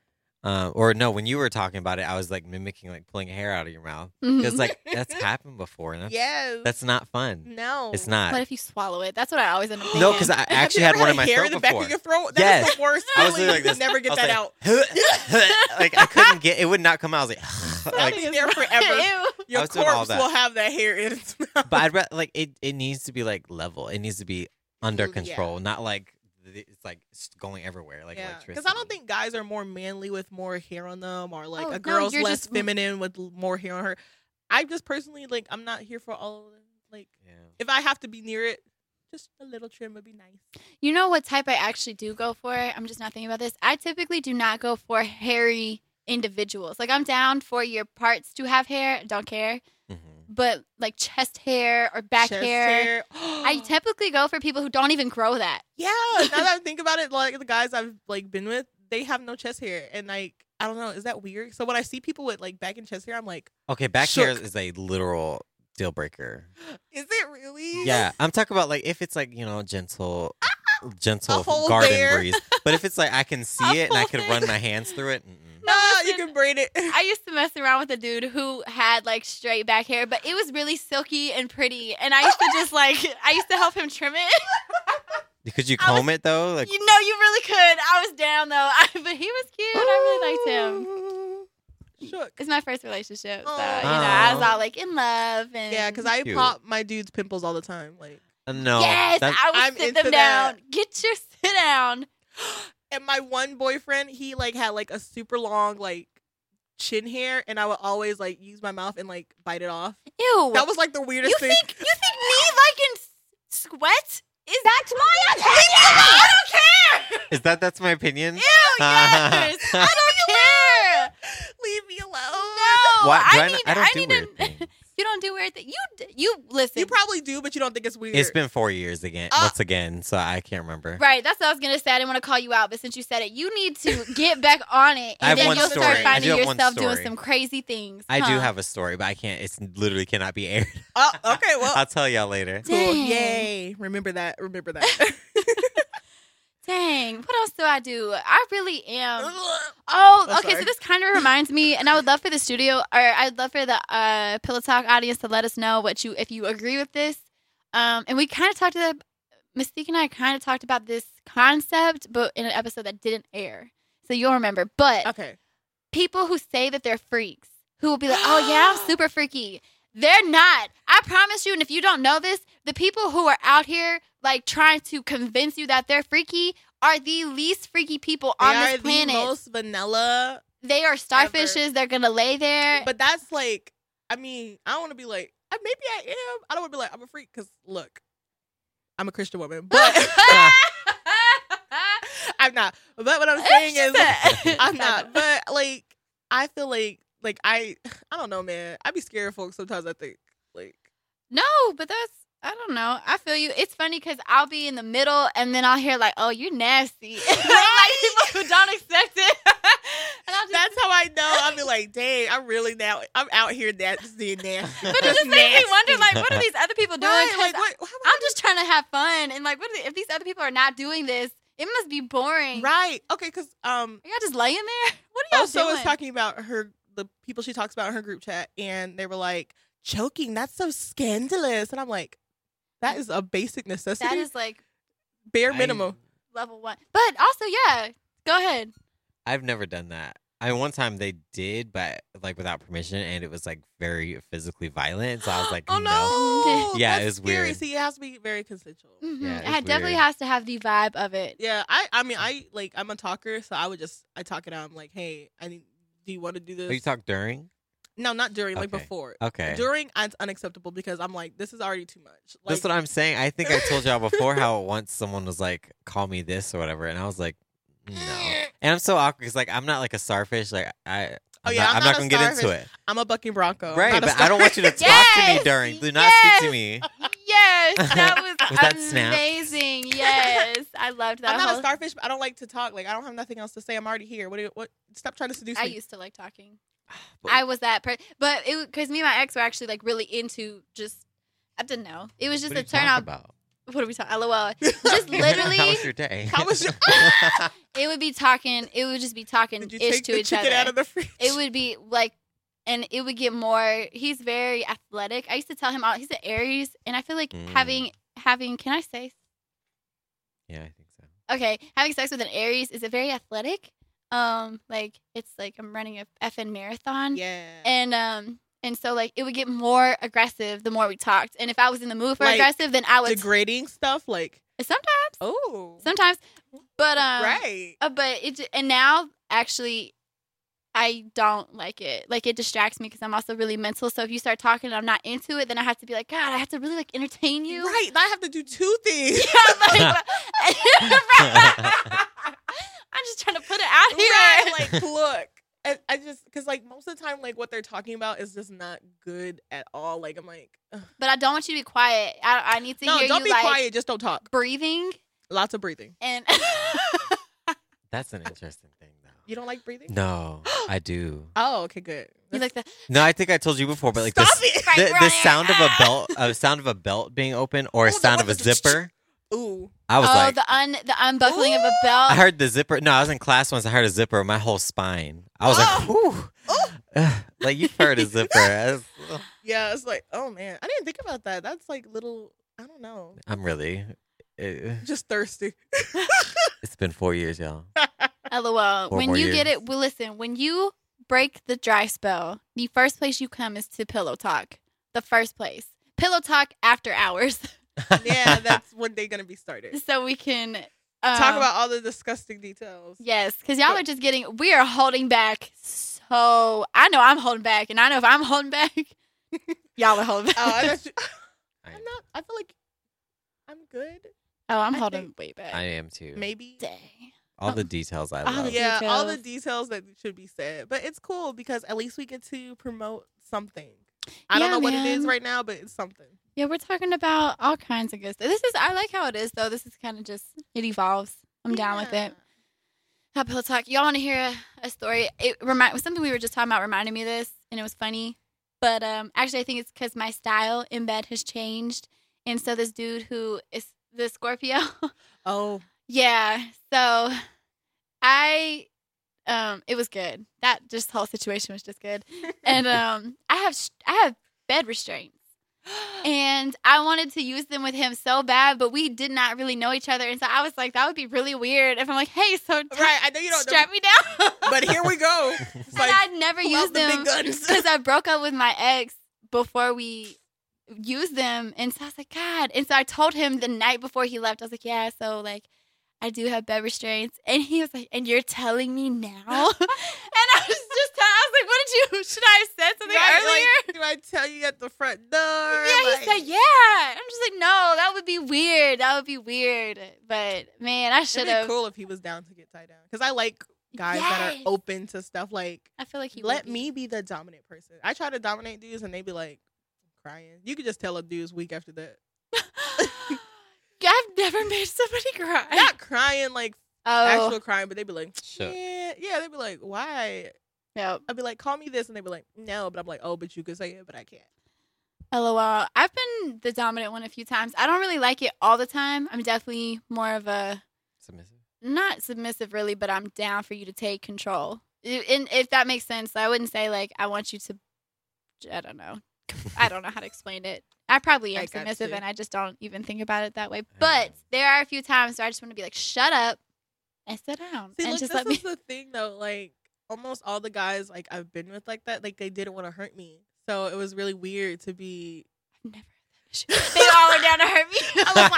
Speaker 4: uh, or no, when you were talking about it, I was like mimicking like pulling hair out of your mouth because
Speaker 1: Mhm.
Speaker 4: like that's happened before, and that's,
Speaker 2: yes.
Speaker 4: that's not fun.
Speaker 2: no.
Speaker 4: It's not.
Speaker 1: What if you swallow it? That's what I always end up thinking.
Speaker 4: no, because I
Speaker 2: Have you
Speaker 4: actually
Speaker 2: ever
Speaker 4: had one in
Speaker 2: a
Speaker 4: my
Speaker 2: hair
Speaker 4: throat
Speaker 2: in the
Speaker 4: before.
Speaker 2: back of your throat. That is
Speaker 4: Yes.
Speaker 2: the worst.
Speaker 4: I was
Speaker 2: feeling.
Speaker 4: literally
Speaker 2: You
Speaker 4: like
Speaker 2: can
Speaker 4: this.
Speaker 2: Never get
Speaker 4: I was
Speaker 2: that
Speaker 4: like,
Speaker 2: out.
Speaker 4: like I couldn't get it would not come out. I was like, like
Speaker 2: Like, in there forever.
Speaker 1: Ew.
Speaker 2: Your
Speaker 4: was doing all
Speaker 2: corpse
Speaker 4: that.
Speaker 2: will have that hair in its mouth.
Speaker 4: but I'd rather like it. It needs to be like level. It needs to be under
Speaker 2: Mm, yeah.
Speaker 4: control, not like th- it's like s- going everywhere, like
Speaker 2: yeah,
Speaker 4: electricity.
Speaker 2: because I don't think guys are more manly with more hair on them, or like
Speaker 1: Oh, no,
Speaker 2: a girl's
Speaker 1: you're
Speaker 2: less
Speaker 1: just-
Speaker 2: feminine with l- more hair on her. I just personally like I'm not here for all of them. Like
Speaker 4: Yeah.
Speaker 2: if I have to be near it, just a little trim would be nice.
Speaker 1: You know what type I actually do go for? I'm just not thinking about this. I typically do not go for hairy individuals. Like I'm down for your parts to have hair, don't care.
Speaker 4: Mhm.
Speaker 1: But like chest hair or back
Speaker 2: Chest
Speaker 1: hair,
Speaker 2: hair.
Speaker 1: I typically go for people who don't even grow that.
Speaker 2: yeah. Now that I think about it, like the guys I've like been with, they have no chest hair, and like I don't know, is that weird? So when I see people with like back and chest hair, I'm like,
Speaker 4: Okay, back hair
Speaker 2: Shook.
Speaker 4: is a literal deal breaker.
Speaker 2: is it really?
Speaker 4: Yeah, I'm talking about like if it's like you know gentle, gentle
Speaker 2: whole
Speaker 4: garden
Speaker 2: hair.
Speaker 4: breeze. But if it's like I can see
Speaker 1: A
Speaker 4: it and I
Speaker 1: whole
Speaker 4: can
Speaker 1: thing.
Speaker 4: run my hands through it, mm-mm.
Speaker 1: No,
Speaker 2: No, Ah, you
Speaker 1: listen.
Speaker 2: can braid it.
Speaker 1: I used to mess around with a dude who had like straight back hair, but it was really silky and pretty. And I used to just like, I used to help him trim it.
Speaker 4: could you
Speaker 1: I was-
Speaker 4: comb it though? Like,
Speaker 1: you know, you really could. I was down though, I, but he was cute. I really liked him.
Speaker 2: Shook.
Speaker 1: It's my first relationship, so you know,
Speaker 2: Aw.
Speaker 1: I was all like in love and
Speaker 2: Yeah, because I
Speaker 4: Cute.
Speaker 2: pop my dude's pimples all the time. Like,
Speaker 4: uh, no,
Speaker 1: yes,
Speaker 4: that-
Speaker 1: I would
Speaker 2: I'm
Speaker 1: sit
Speaker 2: into
Speaker 1: them
Speaker 2: that.
Speaker 1: down. Get your sit down.
Speaker 2: and my one boyfriend, he like had like a super long like chin hair, and I would always like use my mouth and like bite it off.
Speaker 1: Ew.
Speaker 2: That was like the weirdest
Speaker 1: you
Speaker 2: thing.
Speaker 1: think you think me liking s- sweat is that's my opinion? I don't care.
Speaker 4: is that that's my opinion?
Speaker 1: Ew, yes. I don't care.
Speaker 2: Leave me alone.
Speaker 1: No,
Speaker 4: Why, do
Speaker 1: I,
Speaker 4: I,
Speaker 1: need.
Speaker 4: n- I don't do
Speaker 1: need
Speaker 4: weird
Speaker 1: to.
Speaker 4: things.
Speaker 1: You don't do weird things. You d- you listen.
Speaker 2: You probably do, but you don't think it's weird.
Speaker 4: It's been four years again,
Speaker 2: Uh,
Speaker 4: once again, so I can't remember.
Speaker 1: Oh. Right, that's what I was gonna say. I didn't want to call you out, but since you said it, you need to get back on it, and
Speaker 4: I have
Speaker 1: then
Speaker 2: one
Speaker 1: you'll
Speaker 2: story.
Speaker 1: start
Speaker 2: I
Speaker 1: finding
Speaker 4: do have one
Speaker 1: yourself doing
Speaker 4: story.
Speaker 1: some crazy things.
Speaker 4: I do
Speaker 1: huh?
Speaker 4: have a story, but I can't. It's literally cannot be aired.
Speaker 2: Oh, okay. Well,
Speaker 4: I'll tell y'all later.
Speaker 2: cool.
Speaker 1: Dang.
Speaker 2: Yay! Remember that. Remember that.
Speaker 1: Dang, what else do I do? I really am.
Speaker 2: Ugh.
Speaker 1: Oh,
Speaker 2: I'm
Speaker 1: okay.
Speaker 2: sorry.
Speaker 1: So this kind of reminds me, and I would love for the studio, or I'd love for the uh, Pillow Talk audience to let us know what you, if you agree with this. Um, and we kind of talked to the Mystique and I kind of talked about this concept, but in an episode that didn't air, so you'll remember. But
Speaker 2: okay.
Speaker 1: people who say that they're freaks, who will be like, "Oh yeah, I'm super freaky." They're not. I promise you. And if you don't know this, the people who are out here like trying to convince you that they're freaky are the least freaky people
Speaker 2: They
Speaker 1: on
Speaker 2: are
Speaker 1: this
Speaker 2: the
Speaker 1: planet.
Speaker 2: most vanilla,
Speaker 1: they are starfishes. They're gonna lay there.
Speaker 2: but that's like. I mean, I don't want to be like. "Uh, Maybe I am. I don't want to be like I'm a freak because look, I'm a Christian woman, but I'm not. But what I'm saying is, I'm not. But like, I feel like like I I don't know, man. I be scared of folks sometimes. I think like
Speaker 1: No, but that's I don't know. I feel you. It's funny because I'll be in the middle and then I'll hear like, "Oh, you're nasty,"
Speaker 2: Right?
Speaker 1: like people who don't accept it. and I'll just,
Speaker 2: that's how I know. I be like, dang, I'm really now. I'm out here that just being nasty.
Speaker 1: but it just makes me wonder, like, what are these other people doing?
Speaker 2: Right,
Speaker 1: 'Cause
Speaker 2: like what? how
Speaker 1: I'm just trying to have fun and like, what are they, if these other people are not doing this, it must be boring.
Speaker 2: am right. Okay, because um,
Speaker 1: Are y'all just laying there? What are y'all
Speaker 2: also
Speaker 1: doing?
Speaker 2: was talking about her the people she talks about in her group chat, and they were like, choking. That's so scandalous, and I'm like. That is a basic necessity,
Speaker 1: that is like
Speaker 2: bare minimum.
Speaker 1: level one. But also, yeah, go ahead.
Speaker 4: I, have never done that. I one time they did, but like without permission, and it was like very physically violent. So I was like,
Speaker 2: oh no,
Speaker 4: Yeah,
Speaker 2: That's
Speaker 4: it's
Speaker 2: scary. Mm.
Speaker 4: weird.
Speaker 2: See, it has to be very consensual.
Speaker 1: Mhm.
Speaker 4: Yeah,
Speaker 1: it
Speaker 4: it's
Speaker 1: definitely
Speaker 4: weird.
Speaker 1: has to have the vibe of it.
Speaker 2: Mm-hmm. Yeah, I I mean I like I'm a talker, so I would just I talk it out. I'm like, hey, I need, do you want to do this?
Speaker 4: Oh, you talk during?
Speaker 2: no, not during, like
Speaker 4: Okay.
Speaker 2: before.
Speaker 4: Okay.
Speaker 2: During it's unacceptable because I'm like, this is already too much. Like,
Speaker 4: That's what I'm saying. I think I told y'all before how once someone was like, "Call me this" or whatever, and I was like, "No." And I'm so awkward because like I'm not like a starfish. Like I,
Speaker 2: Oh,
Speaker 4: I'm
Speaker 2: yeah,
Speaker 4: not,
Speaker 2: I'm not
Speaker 4: I'm not
Speaker 2: a
Speaker 4: gonna get into
Speaker 2: starfish.
Speaker 4: it.
Speaker 2: I'm a bucking bronco, I'm
Speaker 4: Right,
Speaker 2: not a
Speaker 4: but I don't want you to talk to me
Speaker 1: Yes,
Speaker 4: during. Do not speak
Speaker 1: yes.
Speaker 4: to me.
Speaker 1: Yes, that was,
Speaker 4: Was that snap?
Speaker 1: amazing. Yes, I loved that.
Speaker 2: I'm not a
Speaker 1: whole-
Speaker 2: starfish, but I don't like to talk. Like I don't have nothing else to say. I'm already here. What? Do you, what? Stop trying to seduce
Speaker 1: I
Speaker 2: me.
Speaker 1: used to like talking.
Speaker 4: But-
Speaker 1: I was that person, but it because me and my ex were actually like really into just I didn't know. It was just
Speaker 4: What do
Speaker 1: a
Speaker 4: you talk
Speaker 1: turn off.
Speaker 4: about?
Speaker 1: What are we talking? LOL. Just
Speaker 4: How
Speaker 1: literally,
Speaker 4: was your day?
Speaker 2: How was your-
Speaker 1: it would be talking. It would just be talking
Speaker 2: Did you
Speaker 1: ish
Speaker 2: take
Speaker 1: to
Speaker 2: the
Speaker 1: each
Speaker 2: chicken
Speaker 1: other.
Speaker 2: out of the fridge?
Speaker 1: it would be like, and it would get more. He's very athletic. I used to tell him all. He's an Aries, and I feel like
Speaker 4: Mm.
Speaker 1: having having. Can I say
Speaker 4: yeah, I think so.
Speaker 1: okay, having sex with an Aries is a very athletic. Um, like it's like I'm running a effing marathon,
Speaker 2: yeah.
Speaker 1: and um, and so like it would get more aggressive the more we talked. And if I was in the mood for
Speaker 2: Like,
Speaker 1: aggressive, then I would
Speaker 2: Degrading stuff like
Speaker 1: sometimes,
Speaker 2: oh
Speaker 1: sometimes, but um,
Speaker 2: right.
Speaker 1: uh, but it j- and now actually. I don't like it. Like it distracts me because I'm also really mental. So if you start talking and I'm not into it, then I have to be like, God, I have to really like entertain you.
Speaker 2: Right. I have to do two things.
Speaker 1: Yeah, like, I'm just trying to put it out here.
Speaker 2: Right, like look. I, I just because like most of the time like what they're talking about is just not good at all. Like I'm like ugh.
Speaker 1: But I don't want you to be quiet. I, I need to
Speaker 2: no,
Speaker 1: hear
Speaker 2: don't
Speaker 1: you
Speaker 2: be
Speaker 1: like
Speaker 2: quiet. Just don't talk.
Speaker 1: breathing
Speaker 2: Lots of breathing.
Speaker 1: and
Speaker 4: That's an interesting thing.
Speaker 2: You don't like breathing?
Speaker 4: No, I do.
Speaker 2: Oh, okay, good.
Speaker 1: You like the
Speaker 4: No, I think I told you before, but like
Speaker 2: Stop
Speaker 4: the,
Speaker 2: it!
Speaker 1: Right,
Speaker 4: the, the
Speaker 1: right.
Speaker 4: sound of a belt, a sound of a belt being open, or a
Speaker 2: Oh, the
Speaker 4: sound
Speaker 2: one
Speaker 4: of a
Speaker 2: with the
Speaker 4: zipper.
Speaker 2: Ooh,
Speaker 4: I
Speaker 1: oh
Speaker 4: was like,
Speaker 1: the un the unbuckling of a
Speaker 2: Ooh.
Speaker 1: belt.
Speaker 4: I heard the zipper. No, I was in class once. I heard a zipper. My whole spine. I was like,
Speaker 2: Oh,
Speaker 4: whew. Ugh, like you've heard a zipper. That's- ugh.
Speaker 2: yeah. It's like, oh man, I didn't think about that. That's like little. I don't know.
Speaker 4: I'm really. It,
Speaker 2: Just thirsty.
Speaker 4: it's been four years, y'all.
Speaker 1: LOL.
Speaker 4: Four
Speaker 1: when
Speaker 4: more
Speaker 1: you get
Speaker 4: years.
Speaker 1: it, well, listen, when you break the dry spell, the first place you come is to Pillow Talk. The first place. Pillow Talk after hours.
Speaker 2: yeah, that's when they're gonna be started.
Speaker 1: so we can
Speaker 2: Talk
Speaker 1: um,
Speaker 2: about all the disgusting details.
Speaker 1: Yes, because y'all are just getting, we are holding back. So I know I'm holding back, and I know if I'm holding back, y'all are holding
Speaker 2: Oh, I
Speaker 1: back.
Speaker 2: thought you- I'm not. I feel like I'm good.
Speaker 1: oh, I'm
Speaker 2: I
Speaker 1: holding
Speaker 2: think-
Speaker 1: way back.
Speaker 4: I am too.
Speaker 2: Maybe.
Speaker 1: Dang.
Speaker 4: All the details I
Speaker 1: All the
Speaker 4: love.
Speaker 1: details.
Speaker 2: um, Yeah, all the details that should be said. But it's cool because at least we get to promote something. I don't
Speaker 1: Yeah,
Speaker 2: know what it is
Speaker 1: man.
Speaker 2: right now, but it's something.
Speaker 1: Yeah, we're talking about all kinds of good stuff. This is, I like how it is, though. This is kind of just, it evolves. I'm down with it. Hot Pillow Talk. Y'all want to hear a, a story? It remind something we were just talking about reminded me of this, and it was funny. But um, actually, I think it's because my style in bed has changed, and so this dude who is the Scorpio,
Speaker 2: Oh,
Speaker 1: yeah. So I, um, it was good. That just whole situation was just good, and um, I have sh- I have bed restraints. And I wanted to use them with him so bad, but we did not really know each other. And so I was like, that would be really weird if I'm like, hey, so
Speaker 2: right. I know you don't. know-
Speaker 1: strap me down.
Speaker 2: but here we go. It's
Speaker 1: and
Speaker 2: like,
Speaker 1: I'd never
Speaker 2: pull out
Speaker 1: used
Speaker 2: the big
Speaker 1: them
Speaker 2: guns.
Speaker 1: because I broke up with my ex before we used them, and so I was like, God. And so I told him the night before he left, I was like, Yeah, so like I do have bed restraints, and he was like, And you're telling me now? and I was just, I was like, What did you? Should I have said something
Speaker 2: Right,
Speaker 1: earlier?
Speaker 2: like, do I tell you at the front door?
Speaker 1: yeah, he
Speaker 2: Like,
Speaker 1: said, yeah. I'm just like, no, that would be weird. That would be weird. But man, I should
Speaker 2: It'd
Speaker 1: have.
Speaker 2: be cool if he was down to get tied down because I like guys that are
Speaker 1: Yes.
Speaker 2: open to stuff. Like,
Speaker 1: I feel like he would
Speaker 2: let
Speaker 1: be.
Speaker 2: me be the dominant person. I try to dominate dudes, and they be like crying. You could just tell a dude's weak after that.
Speaker 1: I've never made somebody cry.
Speaker 2: Not crying like
Speaker 1: oh,
Speaker 2: actual crying, but they be like,
Speaker 4: Shut.
Speaker 2: yeah, yeah. They be like, why?
Speaker 1: no.
Speaker 2: I'd be like, call me this, and they be like, no. But I'm like, oh, but you could say it, but I can't.
Speaker 1: LOL. I've been the dominant one a few times. I don't really like it all the time. I'm definitely more of a
Speaker 4: Submissive.
Speaker 1: not submissive really, but I'm down for you to take control. I- And if that makes sense, I wouldn't say like I want you to. I don't know. I don't know how to explain it. I probably am
Speaker 2: I got
Speaker 1: submissive,
Speaker 2: you.
Speaker 1: and I just don't even think about it that way.
Speaker 4: I
Speaker 1: But
Speaker 4: know.
Speaker 1: there are a few times where I just want to be like, "Shut up," and sit down,
Speaker 2: See,
Speaker 1: and
Speaker 2: look,
Speaker 1: just let
Speaker 2: this is
Speaker 1: me.
Speaker 2: the thing though. Like almost all the guys like I've been with like that, like they didn't want to hurt me. So it was really weird to be
Speaker 1: I've never. They all are down to hurt me. I was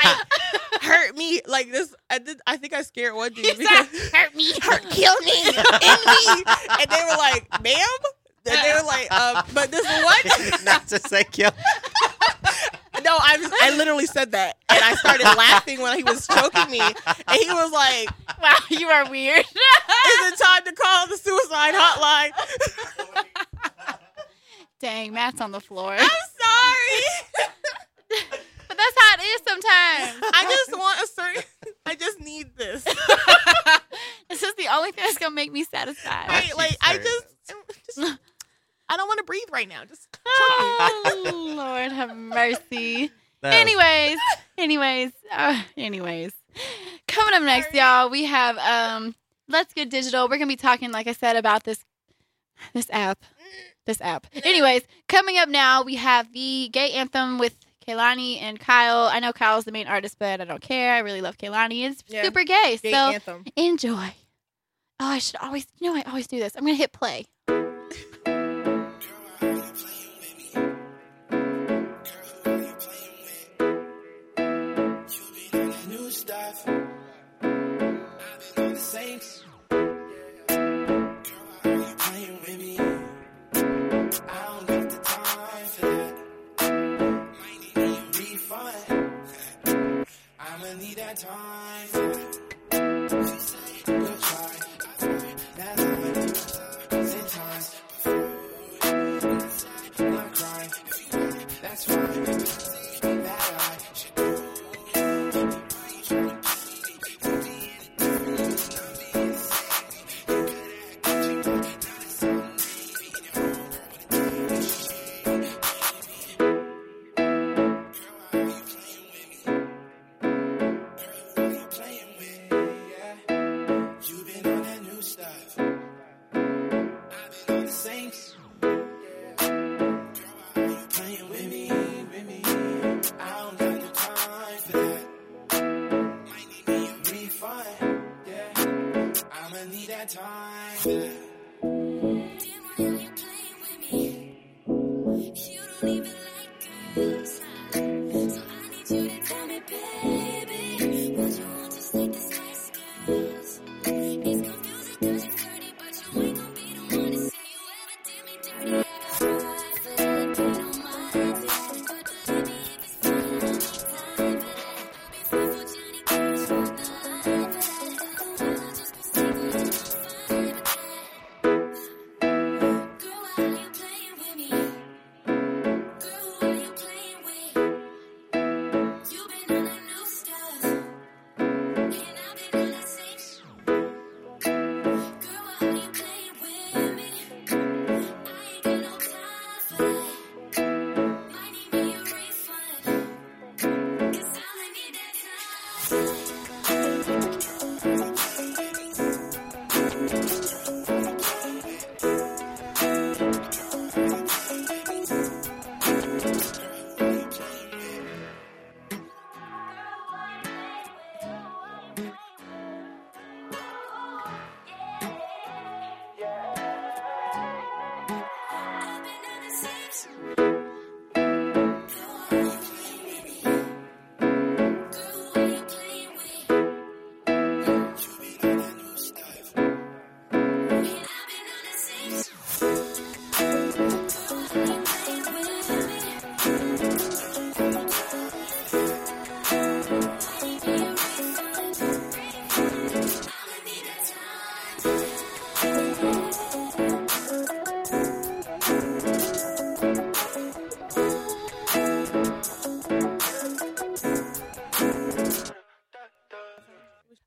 Speaker 1: like,
Speaker 2: hurt me like this. I did. I think I scared one dude
Speaker 1: He's
Speaker 2: because
Speaker 1: like, hurt me.
Speaker 2: hurt, kill me, in me, and they were like, "Ma'am." And they were like, um, "But this one."
Speaker 4: Not to say kill.
Speaker 2: No, I was, I literally said that, and I started laughing when he was choking me, and he was like,
Speaker 1: Wow, you are weird.
Speaker 2: "Is it time to call the suicide hotline?"
Speaker 1: Dang, Matt's on the floor.
Speaker 2: I'm sorry.
Speaker 1: But that's how it is sometimes.
Speaker 2: I just want a certain. I just need this.
Speaker 1: This is the only thing that's gonna make me satisfied.
Speaker 4: I
Speaker 2: Right?
Speaker 4: keep
Speaker 2: Like I
Speaker 4: saying
Speaker 2: just, just- I don't want to breathe right now. Just
Speaker 1: Oh, Lord have mercy.
Speaker 4: That was-
Speaker 1: Anyways, anyways, uh, anyways. Coming up next,
Speaker 2: Sorry.
Speaker 1: y'all, we have um Let's Get Digital. We're gonna be talking, like I said, about this this app. This app. Anyways, coming up now, we have the gay anthem with Kaylani and Kyle. I know Kyle's the main artist, but I don't care. I really love Kaylani. It's
Speaker 2: Yeah.
Speaker 1: super gay.
Speaker 2: Gay
Speaker 1: so
Speaker 2: anthem.
Speaker 1: enjoy. Oh, I should always, you know, I always do this. I'm gonna hit play.
Speaker 3: You be on that new stuff. I've been on the same. s- Girl, why are you playing with me? I don't got the time for that. Might need a refund. I'ma need that time. You say you'll try. That's how I do. Ten times before. Inside, I'm crying. If you cry, That's fine. That I should do. that.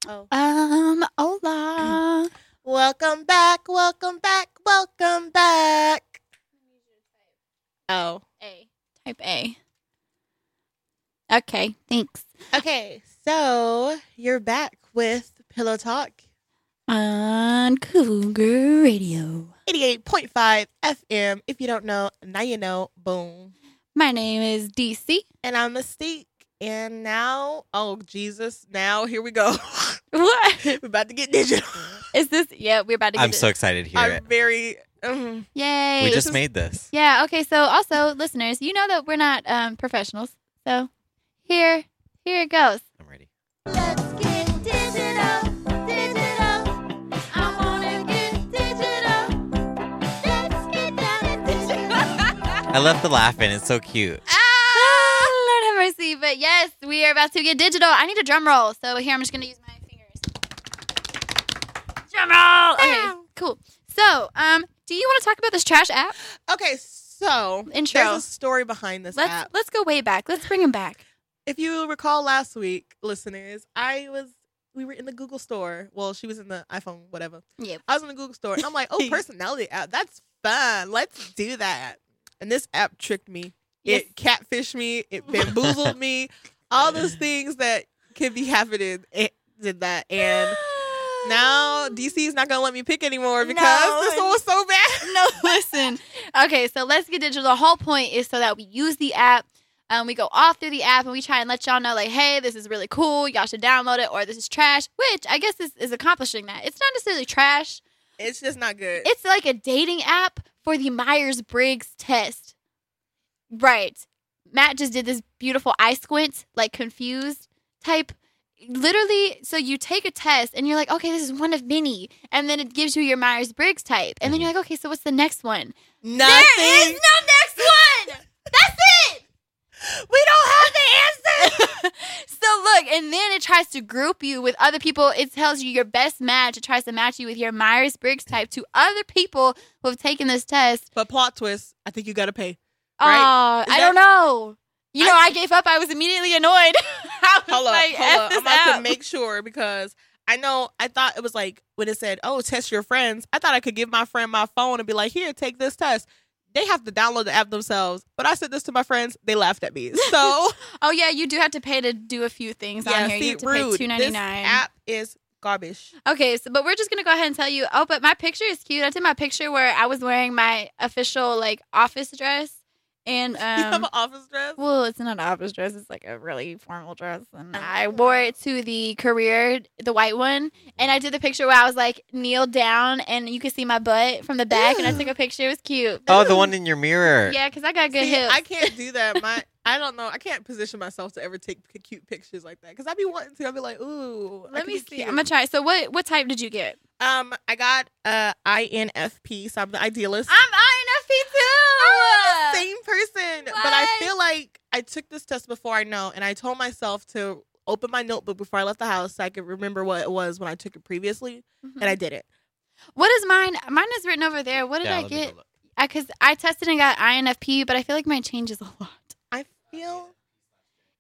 Speaker 2: Oh.
Speaker 1: Um, hola.
Speaker 2: Welcome back, welcome back, welcome back. Oh.
Speaker 1: A. Type A. Okay, thanks.
Speaker 2: Okay, so you're back with Pillow Talk
Speaker 1: On Cougar Radio.
Speaker 2: 88.5 FM. If you don't know, now you know. Boom.
Speaker 1: My name is DC.
Speaker 2: And I'm Mystique. And now, oh, Jesus, now here we go.
Speaker 1: What
Speaker 2: We're about to get digital.
Speaker 1: is this? Yeah, we're about to. Get
Speaker 4: I'm
Speaker 1: it.
Speaker 4: so excited to hear it.
Speaker 2: I'm very. mm.
Speaker 1: Yay!
Speaker 4: we
Speaker 2: this
Speaker 4: just
Speaker 2: is-
Speaker 4: made this.
Speaker 1: Yeah. Okay. So, also, listeners, you know that we're not um, professionals. So, here, here it goes.
Speaker 4: I'm ready.
Speaker 5: Let's get digital, digital. I wanna get digital. Let's get down and digital.
Speaker 4: I love the laughing. It's so cute.
Speaker 1: Ah, Lord have mercy. But yes, we are about to get digital. I need a drum roll. So here, I'm just going to use my fingers. Drum roll. Okay, cool. So, um, do you want to talk about this trash app
Speaker 2: Okay, so
Speaker 1: intro?
Speaker 2: there's a story behind this
Speaker 1: let's
Speaker 2: app.
Speaker 1: let's go way back. Let's bring him back.
Speaker 2: if you recall last week, listeners, I was we were in the Google store. Well, she was in the iPhone, whatever.
Speaker 1: Yep.
Speaker 2: I was in the Google store. And I'm like, oh, personality app, that's fun. Let's do that. And this app tricked me.
Speaker 1: Yes.
Speaker 2: It catfished me. It bamboozled me. All those things that could be happening it did that. And
Speaker 1: Ah!
Speaker 2: now DC is not gonna let me pick anymore because
Speaker 1: No,
Speaker 2: this one
Speaker 1: and-
Speaker 2: was so bad.
Speaker 1: no, listen. Okay, so let's get digital. The whole point is so that we use the app. Um, we go off through the app and we try and let y'all know, like, hey, this is really cool. Y'all should download it, or this is trash. Which I guess is, is accomplishing that. It's not necessarily trash.
Speaker 2: It's just not good.
Speaker 1: It's like a dating app for the Myers Briggs test. Right. Matt just did this beautiful eye squint, like confused type. Literally, so you take a test and you're like, okay, this is one of many. And then it gives you your Myers Briggs type. And then you're like, okay, so what's the next one?
Speaker 2: Nothing.
Speaker 1: There is no next one. That's it.
Speaker 2: we don't have the answer.
Speaker 1: so look, and then it tries to group you with other people. It tells you your best match. It tries to match you with your Myers Briggs type to other people who have taken this test.
Speaker 2: But plot twist, I think you gotta pay.
Speaker 1: Oh,
Speaker 2: Right? Is
Speaker 1: I
Speaker 2: that-
Speaker 1: don't know. You know, I, gave up. I was immediately annoyed. I was
Speaker 2: Hold up,
Speaker 1: like,
Speaker 2: hold
Speaker 1: F
Speaker 2: up.
Speaker 1: this
Speaker 2: I'm about
Speaker 1: app.
Speaker 2: to make sure because I know I thought it was like when it said, "Oh, test your friends." I thought I could give my friend my phone and be like, "Here, take this test." They have to download the app themselves. But I sent this to my friends. They laughed at me. So
Speaker 1: oh yeah, you do have to pay to do a few things
Speaker 2: yeah,
Speaker 1: on here.
Speaker 2: see,
Speaker 1: you have to
Speaker 2: rude.
Speaker 1: pay two ninety
Speaker 2: This
Speaker 1: nine.
Speaker 2: app is garbage.
Speaker 1: Okay, so but we're just gonna go ahead and tell you. Oh, but my picture is cute. I did my picture where I was wearing my official like office dress, And
Speaker 2: you have
Speaker 1: um,
Speaker 2: an office dress?
Speaker 1: well, it's not an office dress; it's like a really formal dress.
Speaker 2: Oh,
Speaker 1: And I wore it to the career, the white one, and I did the picture where I was like kneeled down, and you could see my butt from the back, and I took a picture. It was cute.
Speaker 4: Oh, the one in your mirror.
Speaker 1: Yeah, because I got good
Speaker 2: See,
Speaker 1: hips.
Speaker 2: I can't do that. My I don't know. I can't position myself to ever take c- cute pictures like that because I'd be wanting to. I'd be like, ooh. I
Speaker 1: Let
Speaker 2: could
Speaker 1: me
Speaker 2: be
Speaker 1: see.
Speaker 2: cute.
Speaker 1: I'm gonna try. So, what what type did you get?
Speaker 2: um, I got uh INFP, so I'm Ah, the idealist.
Speaker 1: I'm Ah, INFP too.
Speaker 2: Same person, but I
Speaker 1: What?
Speaker 2: feel like I took this test before I know, and I told myself to open my notebook before I left the house so I could remember what it was when I took it previously, and I did it.
Speaker 1: What is mine? Mine is written over there. What did
Speaker 4: Yeah,
Speaker 1: I
Speaker 4: let me go
Speaker 1: get?
Speaker 4: look.
Speaker 1: Because Uh, I tested and got INFP, but I feel like mine changes a lot. E
Speaker 2: I feel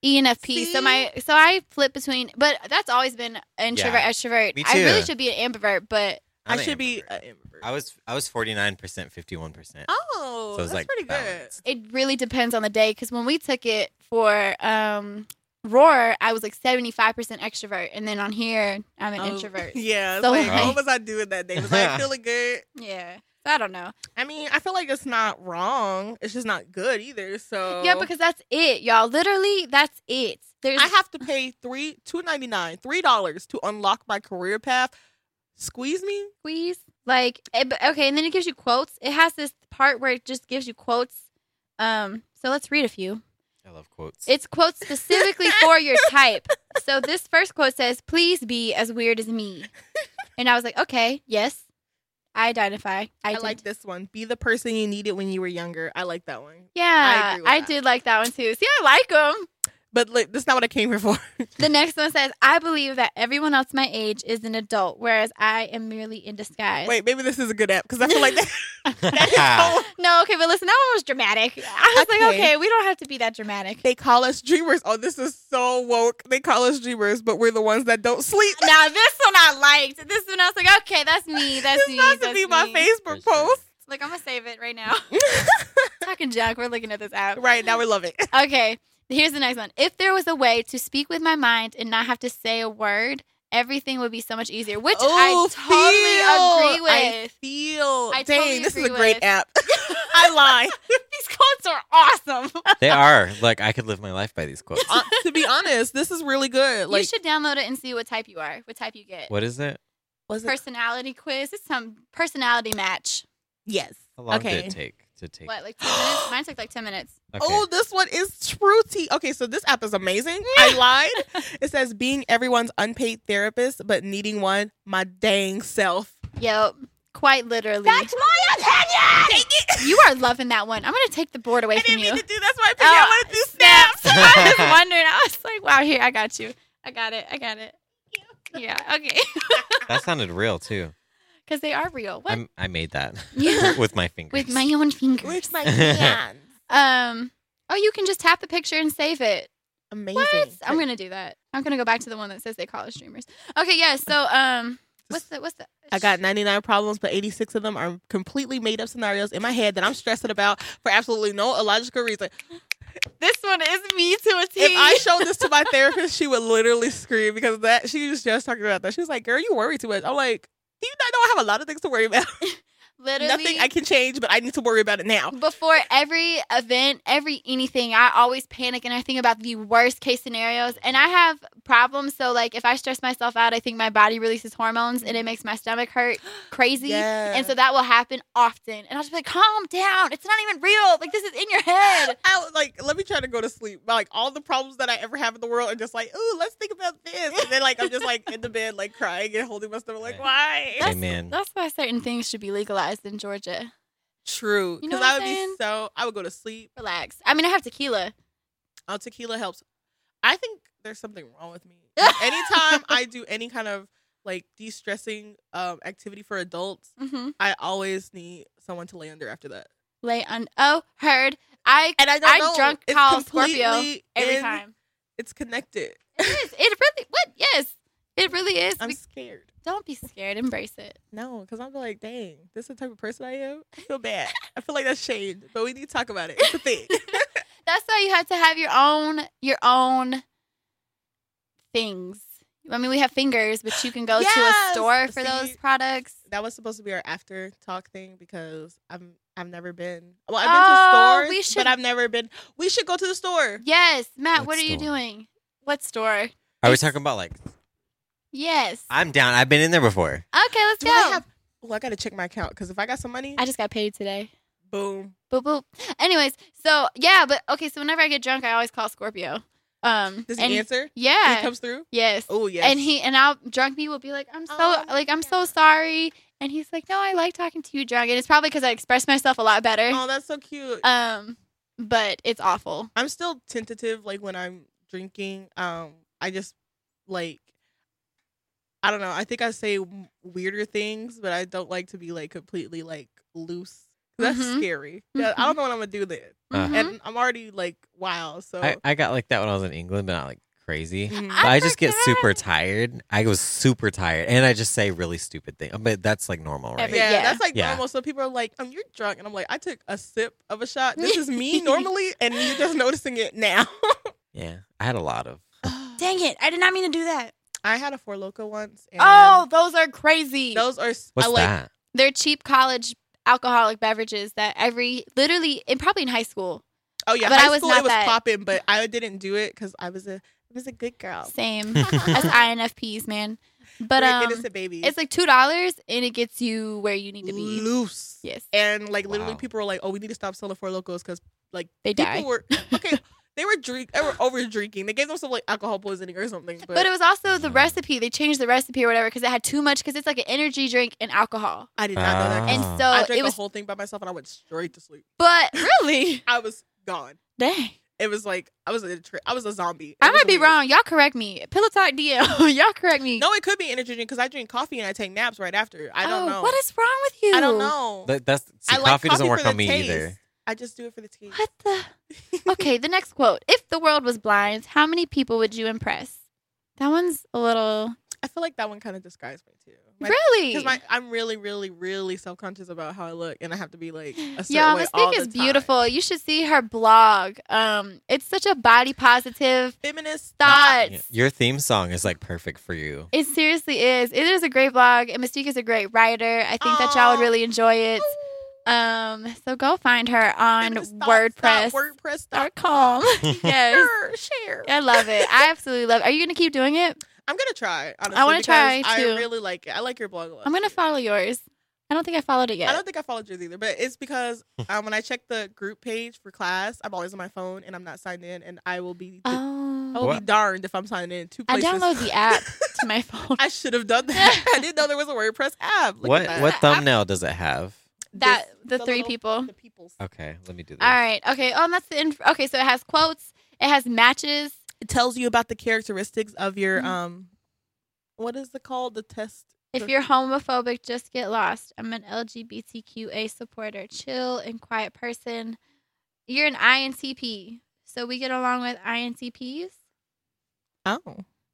Speaker 1: ENFP. So
Speaker 2: See?
Speaker 1: my so I flip between, but that's always been introvert
Speaker 4: Yeah.
Speaker 1: extrovert.
Speaker 4: Me
Speaker 1: I really
Speaker 4: too.
Speaker 1: should be an ambivert, but
Speaker 2: i
Speaker 4: I'm an
Speaker 2: should be uh,
Speaker 4: ambivert.
Speaker 2: an ambivert.
Speaker 4: I was I was 49 percent, 51 percent.
Speaker 2: oh,
Speaker 4: So it was
Speaker 2: that's
Speaker 4: like
Speaker 2: pretty
Speaker 4: balanced.
Speaker 1: it really depends on the day. Because when we took it for um Roar, I was like seventy five percent extrovert, and then on here I'm an
Speaker 2: good. Oh,
Speaker 1: introvert.
Speaker 2: Yeah.
Speaker 1: So,
Speaker 2: So like,
Speaker 1: like-
Speaker 2: what was I doing that day? Was I feeling good?
Speaker 1: Yeah, so I don't know.
Speaker 2: I mean, I feel like it's not wrong. It's just not good either. So
Speaker 1: Yeah, because that's it, y'all. Literally, that's it. There's
Speaker 2: I have to pay three two ninety nine three dollars to unlock my career path. Squeeze me.
Speaker 1: squeeze. Like eh, but- okay, and then it gives you quotes. It has this part where it just gives you quotes. Um, so let's read a few.
Speaker 4: I love quotes.
Speaker 1: It's quotes specifically for your type. So this first quote says, "Please be as weird as me," and I was like, "Okay, yes, I identify. I,
Speaker 2: I
Speaker 1: did.
Speaker 2: like this one. Be the person you needed when you were younger. I like that one.
Speaker 1: Yeah,
Speaker 2: I
Speaker 1: I,
Speaker 2: agree with that.
Speaker 1: did like that one too. See, I like them.
Speaker 2: But like, that's not what I came here for.
Speaker 1: The next one says, "I believe that everyone else my age is an adult, whereas I am merely in disguise."
Speaker 2: Wait, maybe this is a good app because I feel like that.
Speaker 1: No, okay, but listen, that one was dramatic. I was like,
Speaker 2: Okay.
Speaker 1: okay, we don't have to be that dramatic.
Speaker 2: They call us dreamers. Oh, this is so woke. They call us dreamers, but we're the ones that don't sleep.
Speaker 1: Now this one I liked. This one I was like, okay, that's me. That's me.
Speaker 2: This has
Speaker 1: that's
Speaker 2: to be my
Speaker 1: me.
Speaker 4: For
Speaker 2: Facebook
Speaker 4: sure.
Speaker 2: post.
Speaker 1: Like I'm gonna save it right now. Talking junk. We're looking at this app.
Speaker 2: Right now, we love it.
Speaker 1: Okay. Here's the next one. If there was a way to speak with my mind and not have to say a word, everything would be so much easier. Which
Speaker 2: Oh,
Speaker 1: I totally
Speaker 2: feel.
Speaker 1: agree
Speaker 2: Oh, I
Speaker 1: with.
Speaker 2: feel.
Speaker 1: I
Speaker 2: Dang,
Speaker 1: totally
Speaker 2: this is a
Speaker 1: agree
Speaker 2: great
Speaker 1: with.
Speaker 2: app. I lie.
Speaker 1: These quotes are awesome.
Speaker 4: they are like I could live my life by these quotes.
Speaker 2: Uh, to be honest, this is really good. Like,
Speaker 1: you should download it and see what type you are. What type you get?
Speaker 4: What is it?
Speaker 2: was it-
Speaker 1: Personality quiz. It's some personality match.
Speaker 2: yes.
Speaker 4: How long did
Speaker 2: Okay.
Speaker 4: it take to take?
Speaker 1: What, like ten minutes? Mine took like ten minutes.
Speaker 4: Okay.
Speaker 2: Oh, this one is true tea. Okay, so this app is amazing. I lied. It says being everyone's unpaid therapist, but needing one my dang self.
Speaker 1: Yep. Quite literally.
Speaker 2: my opinion. Dang it.
Speaker 1: you are loving that one. I'm gonna take the board away
Speaker 2: I
Speaker 1: from
Speaker 2: didn't
Speaker 1: you.
Speaker 2: mean to do. That's why I picked.
Speaker 1: Oh,
Speaker 2: I wanted to do snaps.
Speaker 1: I was wondering. I was like, wow, here, I got you. I got it. I got it. Yeah, okay.
Speaker 4: that sounded real too.
Speaker 1: Because they are real. What?
Speaker 4: I'm, I made that
Speaker 1: Yeah.
Speaker 4: with my fingers.
Speaker 1: With my own fingers.
Speaker 2: With my
Speaker 4: hands.
Speaker 1: um. Oh, you can just tap the picture and save it.
Speaker 2: Amazing.
Speaker 1: What? I'm gonna do that. I'm gonna go back to the one that says they call us streamers. Okay, yeah. So, um, what's the what's the?
Speaker 2: I got 99 problems, but 86 of them are completely made up scenarios in my head that I'm stressing about for absolutely no illogical reason.
Speaker 1: this one is me to a T.
Speaker 2: If I showed this to my therapist, she would literally scream because that she was just talking about that. She was like, "Girl, you worry too much." I'm like, "Do you not know I have a lot of things to worry about?
Speaker 1: literally
Speaker 2: Nothing I can change, but I need to worry about it now."
Speaker 1: before every event, every anything, I always panic and I think about the worst case scenarios. And I have problems. So, like, if I stress myself out, I think my body releases hormones and it makes my stomach hurt crazy. And so that will happen often. And I'll just be like, calm down. It's not even real. Like, this is in your head.
Speaker 2: I was like, let me try to go to sleep. Like all the problems that I ever have in the world, and just like, ooh, let's think about this. And then like I'm just like in the bed, like crying and holding my stomach, like,
Speaker 4: Right.
Speaker 2: why?
Speaker 1: That's-
Speaker 4: Amen.
Speaker 1: That's why certain things should be legalized in Georgia.
Speaker 2: True,
Speaker 1: You know
Speaker 2: because
Speaker 1: what
Speaker 2: I
Speaker 1: I'm
Speaker 2: would
Speaker 1: saying?
Speaker 2: be so. I would go to sleep.
Speaker 1: Relax. I mean, I have tequila.
Speaker 2: Oh, tequila helps. I think there's something wrong with me. Like, Anytime I do any kind of like de-stressing um, activity for adults,
Speaker 1: Mm-hmm.
Speaker 2: I always need someone to lay under after that.
Speaker 1: Lay on. Oh, heard. I
Speaker 2: And I don't
Speaker 1: I
Speaker 2: know.
Speaker 1: drunk
Speaker 2: it's
Speaker 1: call Scorpio
Speaker 2: completely
Speaker 1: every
Speaker 2: in-
Speaker 1: time.
Speaker 2: It's connected.
Speaker 1: It is. It really. What? Yes. It really is.
Speaker 2: I'm
Speaker 1: We-
Speaker 2: scared.
Speaker 1: don't be scared. Embrace it.
Speaker 2: No, because I'm like, dang, this is the type of person I am. I feel bad. I feel like that's shade, but we need to talk about it. It's a thing.
Speaker 1: That's why you have to have your own your own things. I mean, we have fingers, but you can go to a
Speaker 2: Yes!
Speaker 1: store for those
Speaker 2: See?
Speaker 1: products.
Speaker 2: that was supposed to be our after talk thing because I'm I've never been. Well, I've been
Speaker 1: Oh,
Speaker 2: to stores,
Speaker 1: we should-
Speaker 2: but I've never been. We should go to the store.
Speaker 1: Yes, Matt.
Speaker 4: What
Speaker 1: what are you
Speaker 4: store?
Speaker 1: doing? What store?
Speaker 4: Are we
Speaker 2: It's-
Speaker 4: talking about like?
Speaker 1: Yes.
Speaker 4: I'm down. I've been in there before.
Speaker 1: Okay, let's
Speaker 2: Do
Speaker 1: go.
Speaker 2: I have? Well, I gotta check my account because if I got some money,
Speaker 1: I just got paid today.
Speaker 2: boom.
Speaker 1: Boop boop. Anyways, so yeah, but okay. So whenever I get drunk, I always call Scorpio. Um,
Speaker 2: Does he
Speaker 1: and
Speaker 2: answer?
Speaker 1: Yeah.
Speaker 2: He comes through.
Speaker 1: yes.
Speaker 2: Oh yes.
Speaker 1: And he and I'll drunk me will be like, I'm so
Speaker 2: Oh,
Speaker 1: like I'm
Speaker 2: yeah.
Speaker 1: so sorry, and he's like, No, I like talking to you drunk, and it's probably because I express myself a lot better.
Speaker 2: Oh, that's so cute.
Speaker 1: Um, but it's awful.
Speaker 2: I'm still tentative, like when I'm drinking. Um, I just like, I don't know. I think I say w- weirder things, but I don't like to be like completely like loose. That's
Speaker 1: Mhm.
Speaker 2: scary. Yeah, I don't know what I'm gonna do then,
Speaker 4: Uh,
Speaker 1: Mhm.
Speaker 2: and I'm already like wow.
Speaker 1: Oh.
Speaker 2: So
Speaker 4: I, I got like that when I was in England, but not like
Speaker 1: Mm-hmm.
Speaker 4: crazy.
Speaker 2: mhm.
Speaker 4: But I, just get
Speaker 1: forgot.
Speaker 4: super tired. I was super tired, and I just say really stupid things. But that's like normal, right?
Speaker 1: Every-
Speaker 2: yeah,
Speaker 1: yeah.
Speaker 2: that's like
Speaker 4: Yeah.
Speaker 2: normal. So people are like, "Um, you're drunk," and I'm like, "I took a sip of a shot. This is me normally, and you're just noticing it now."
Speaker 4: yeah, I had a lot of.
Speaker 5: Dang it, I did not mean to do that.
Speaker 2: I had a four loco once. And
Speaker 1: Oh, those are crazy.
Speaker 2: those are s-
Speaker 4: What's
Speaker 2: I like
Speaker 4: that?
Speaker 1: They're cheap college alcoholic beverages that every literally and probably in high school.
Speaker 2: Oh yeah,
Speaker 1: But
Speaker 2: high
Speaker 1: I was
Speaker 2: school
Speaker 1: not
Speaker 2: it was
Speaker 1: that-
Speaker 2: popping, but I didn't do it because I was a I was a good girl.
Speaker 1: Same as INFPs, man. But
Speaker 2: We're
Speaker 1: um,
Speaker 2: innocent baby.
Speaker 1: it's like two dollars and it gets you where you need to be.
Speaker 2: loose.
Speaker 1: Yes,
Speaker 2: And like literally,
Speaker 4: Wow.
Speaker 2: people were like, "Oh, we need to stop selling four locos because
Speaker 1: they
Speaker 2: people
Speaker 1: die.
Speaker 2: were okay. they were drink, they were over drinking. They gave them some like alcohol poisoning or something. But,
Speaker 1: But it was also the
Speaker 4: Mm.
Speaker 1: recipe. They changed the recipe or whatever because it had too much. Because it's like an energy drink and alcohol,
Speaker 2: I did not know that. 'cause
Speaker 1: and
Speaker 4: Ah.
Speaker 2: I
Speaker 1: so
Speaker 2: drank
Speaker 1: it was.
Speaker 2: the whole thing by myself, and I went straight to sleep.
Speaker 1: but really,
Speaker 2: I was gone.
Speaker 1: dang,
Speaker 2: It was like I was a tri- I was a zombie. It
Speaker 1: I
Speaker 2: was
Speaker 1: might be
Speaker 2: weird.
Speaker 1: wrong. Y'all correct me. Pillow talk DM. Y'all correct me.
Speaker 2: No, it could be energy drink because I drink coffee and I take naps right after. I don't
Speaker 1: Oh,
Speaker 2: know.
Speaker 1: What is wrong with you?
Speaker 2: I don't know.
Speaker 4: That, that's see,
Speaker 2: I like
Speaker 4: coffee doesn't
Speaker 2: coffee
Speaker 4: work
Speaker 2: for
Speaker 4: on
Speaker 2: the
Speaker 4: me
Speaker 2: taste.
Speaker 4: either.
Speaker 2: I just do it for the tea.
Speaker 1: What the? Okay, the next quote. If the world was blind, how many people would you impress? That one's a little.
Speaker 2: I feel like that one kind of describes me too. My-
Speaker 1: really?
Speaker 2: Because my I'm really, really, really self conscious about how I look, and I have to be like a certain
Speaker 1: Y'all,
Speaker 2: way
Speaker 1: Mystique
Speaker 2: all the
Speaker 1: is
Speaker 2: time.
Speaker 1: beautiful. You should see her blog. Um, it's such a body positive
Speaker 2: Feminist
Speaker 1: thoughts.
Speaker 4: Yeah. Your theme song is like perfect for you.
Speaker 1: It seriously is. It is a great blog, and Mystique is a great writer. I think that y'all would
Speaker 2: Aw.
Speaker 1: really enjoy it. Um, so go find her on
Speaker 2: feminist
Speaker 1: WordPress.
Speaker 2: WordPress.com.
Speaker 1: dot com. yes,
Speaker 2: Share, share.
Speaker 1: I love it. I absolutely love. it. Are you gonna keep doing it?
Speaker 2: I'm gonna try. Honestly,
Speaker 1: wanna
Speaker 2: because
Speaker 1: try, too.
Speaker 2: I really like it. I like your blog a lot.
Speaker 1: I'm gonna
Speaker 2: too.
Speaker 1: follow yours. I don't think I followed it
Speaker 2: I
Speaker 1: yet.
Speaker 2: don't think I followed yours either, but it's because um, when I check the group page for class, I'm always on my phone and I'm not signed in, and I will be I will
Speaker 1: Oh,
Speaker 4: What?
Speaker 2: be darned if I'm signed in two
Speaker 1: I
Speaker 2: places.
Speaker 1: download the app to my phone.
Speaker 2: I should have done that. I didn't know there was a WordPress app. Look
Speaker 4: what
Speaker 2: at that.
Speaker 4: what
Speaker 1: I-
Speaker 4: thumbnail does it have?
Speaker 1: That
Speaker 2: This-
Speaker 1: the, three
Speaker 2: little-
Speaker 1: people.
Speaker 2: the peoples.
Speaker 4: Okay, let me do this.
Speaker 1: All right. Okay. Oh, and that's the inf- okay. So it has quotes. It has matches.
Speaker 2: it tells you about the characteristics of your
Speaker 1: Mhm.
Speaker 2: um what is it called the test
Speaker 1: If you're homophobic, just get lost. I'm an LGBTQA supporter, chill and quiet person. You're an INTP, so we get along with INTPs.
Speaker 2: oh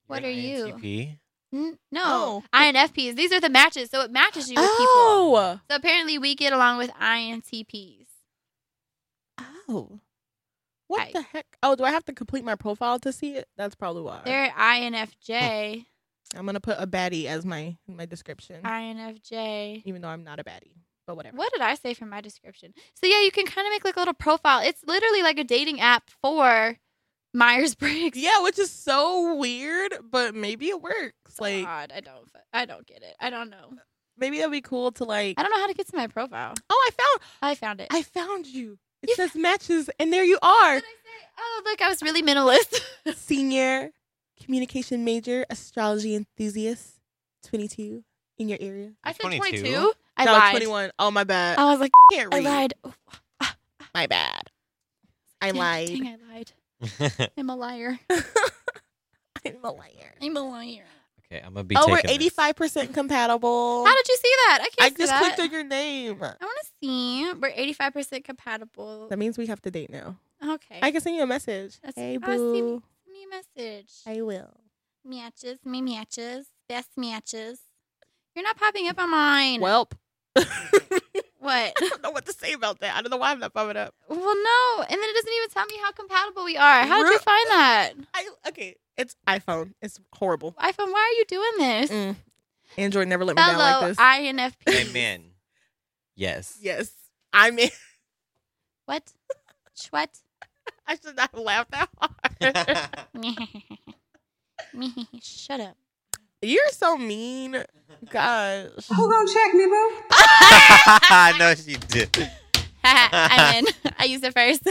Speaker 1: What
Speaker 4: You're
Speaker 1: are
Speaker 4: an
Speaker 1: you?
Speaker 4: INTP?
Speaker 1: N- no,
Speaker 2: Oh.
Speaker 1: INFPs. These are the matches, so it matches you with
Speaker 2: oh
Speaker 1: people. So apparently, we get along with INTPs.
Speaker 2: oh what
Speaker 1: Right.
Speaker 2: the heck oh do i have to complete my profile to see it that's probably why
Speaker 1: They're INFJ,
Speaker 2: i'm gonna put a baddie as my my description
Speaker 1: INFJ.
Speaker 2: even though i'm not a baddie but whatever
Speaker 1: What did I say for my description? So yeah, you can kind of make like a little profile. It's literally like a dating app for Myers Briggs.
Speaker 2: yeah which is so weird but maybe it works
Speaker 1: So
Speaker 2: like
Speaker 1: odd. I don't. f- I don't get it. I don't know.
Speaker 2: maybe that'd be cool to like
Speaker 1: I don't know how to get to my profile.
Speaker 2: oh i found
Speaker 1: I found it.
Speaker 2: i found you it
Speaker 1: You-
Speaker 2: says matches and there you are
Speaker 1: What did I say? Oh, look, I was really minimalist.
Speaker 2: senior communication major, astrology enthusiast, 22 in your area.
Speaker 1: I said
Speaker 4: 22.
Speaker 1: 22. I
Speaker 2: no,
Speaker 1: lied.
Speaker 2: 21. Oh, my bad.
Speaker 1: I was like,
Speaker 2: I can't
Speaker 1: I
Speaker 2: read.
Speaker 1: lied. Oh,
Speaker 2: My bad. I
Speaker 1: dang,
Speaker 2: lied.
Speaker 1: Dang, I lied. I'm a liar.
Speaker 2: I'm a liar.
Speaker 1: I'm a liar.
Speaker 4: okay, I'm gonna be.
Speaker 2: oh, we're
Speaker 4: taking this.
Speaker 2: 85% compatible.
Speaker 1: How did you see that? I can't
Speaker 2: I
Speaker 1: see
Speaker 2: just
Speaker 1: that.
Speaker 2: clicked on your name.
Speaker 1: I want to see. We're 85% compatible.
Speaker 2: That means we have to date now.
Speaker 1: Okay.
Speaker 2: I can send you a message.
Speaker 1: That's-
Speaker 2: hey,
Speaker 1: I see-
Speaker 2: boo.
Speaker 1: Send me a message.
Speaker 2: I will.
Speaker 1: matches. Me matches. Best matches. You're not popping up on mine.
Speaker 2: Welp. I
Speaker 1: what?
Speaker 2: don't know what to say about that. I don't know why I'm not popping up.
Speaker 1: Well, no. And then it doesn't even tell me how compatible we are. How did you
Speaker 2: We're-
Speaker 1: find that?
Speaker 2: I, okay, it's iPhone. It's horrible.
Speaker 1: iPhone, why are you doing this?
Speaker 2: Mm. Android never let me down
Speaker 1: Hello,
Speaker 2: like this.
Speaker 1: INFP.
Speaker 4: Amen. Yes.
Speaker 2: yes. I mean,
Speaker 1: What? What?
Speaker 2: I should not have laughed that hard.
Speaker 1: Shut up.
Speaker 2: You're so mean. Gosh.
Speaker 1: Oh,
Speaker 6: Who gonna check me, boo?
Speaker 4: I know she did.
Speaker 1: I'm in. I used it first.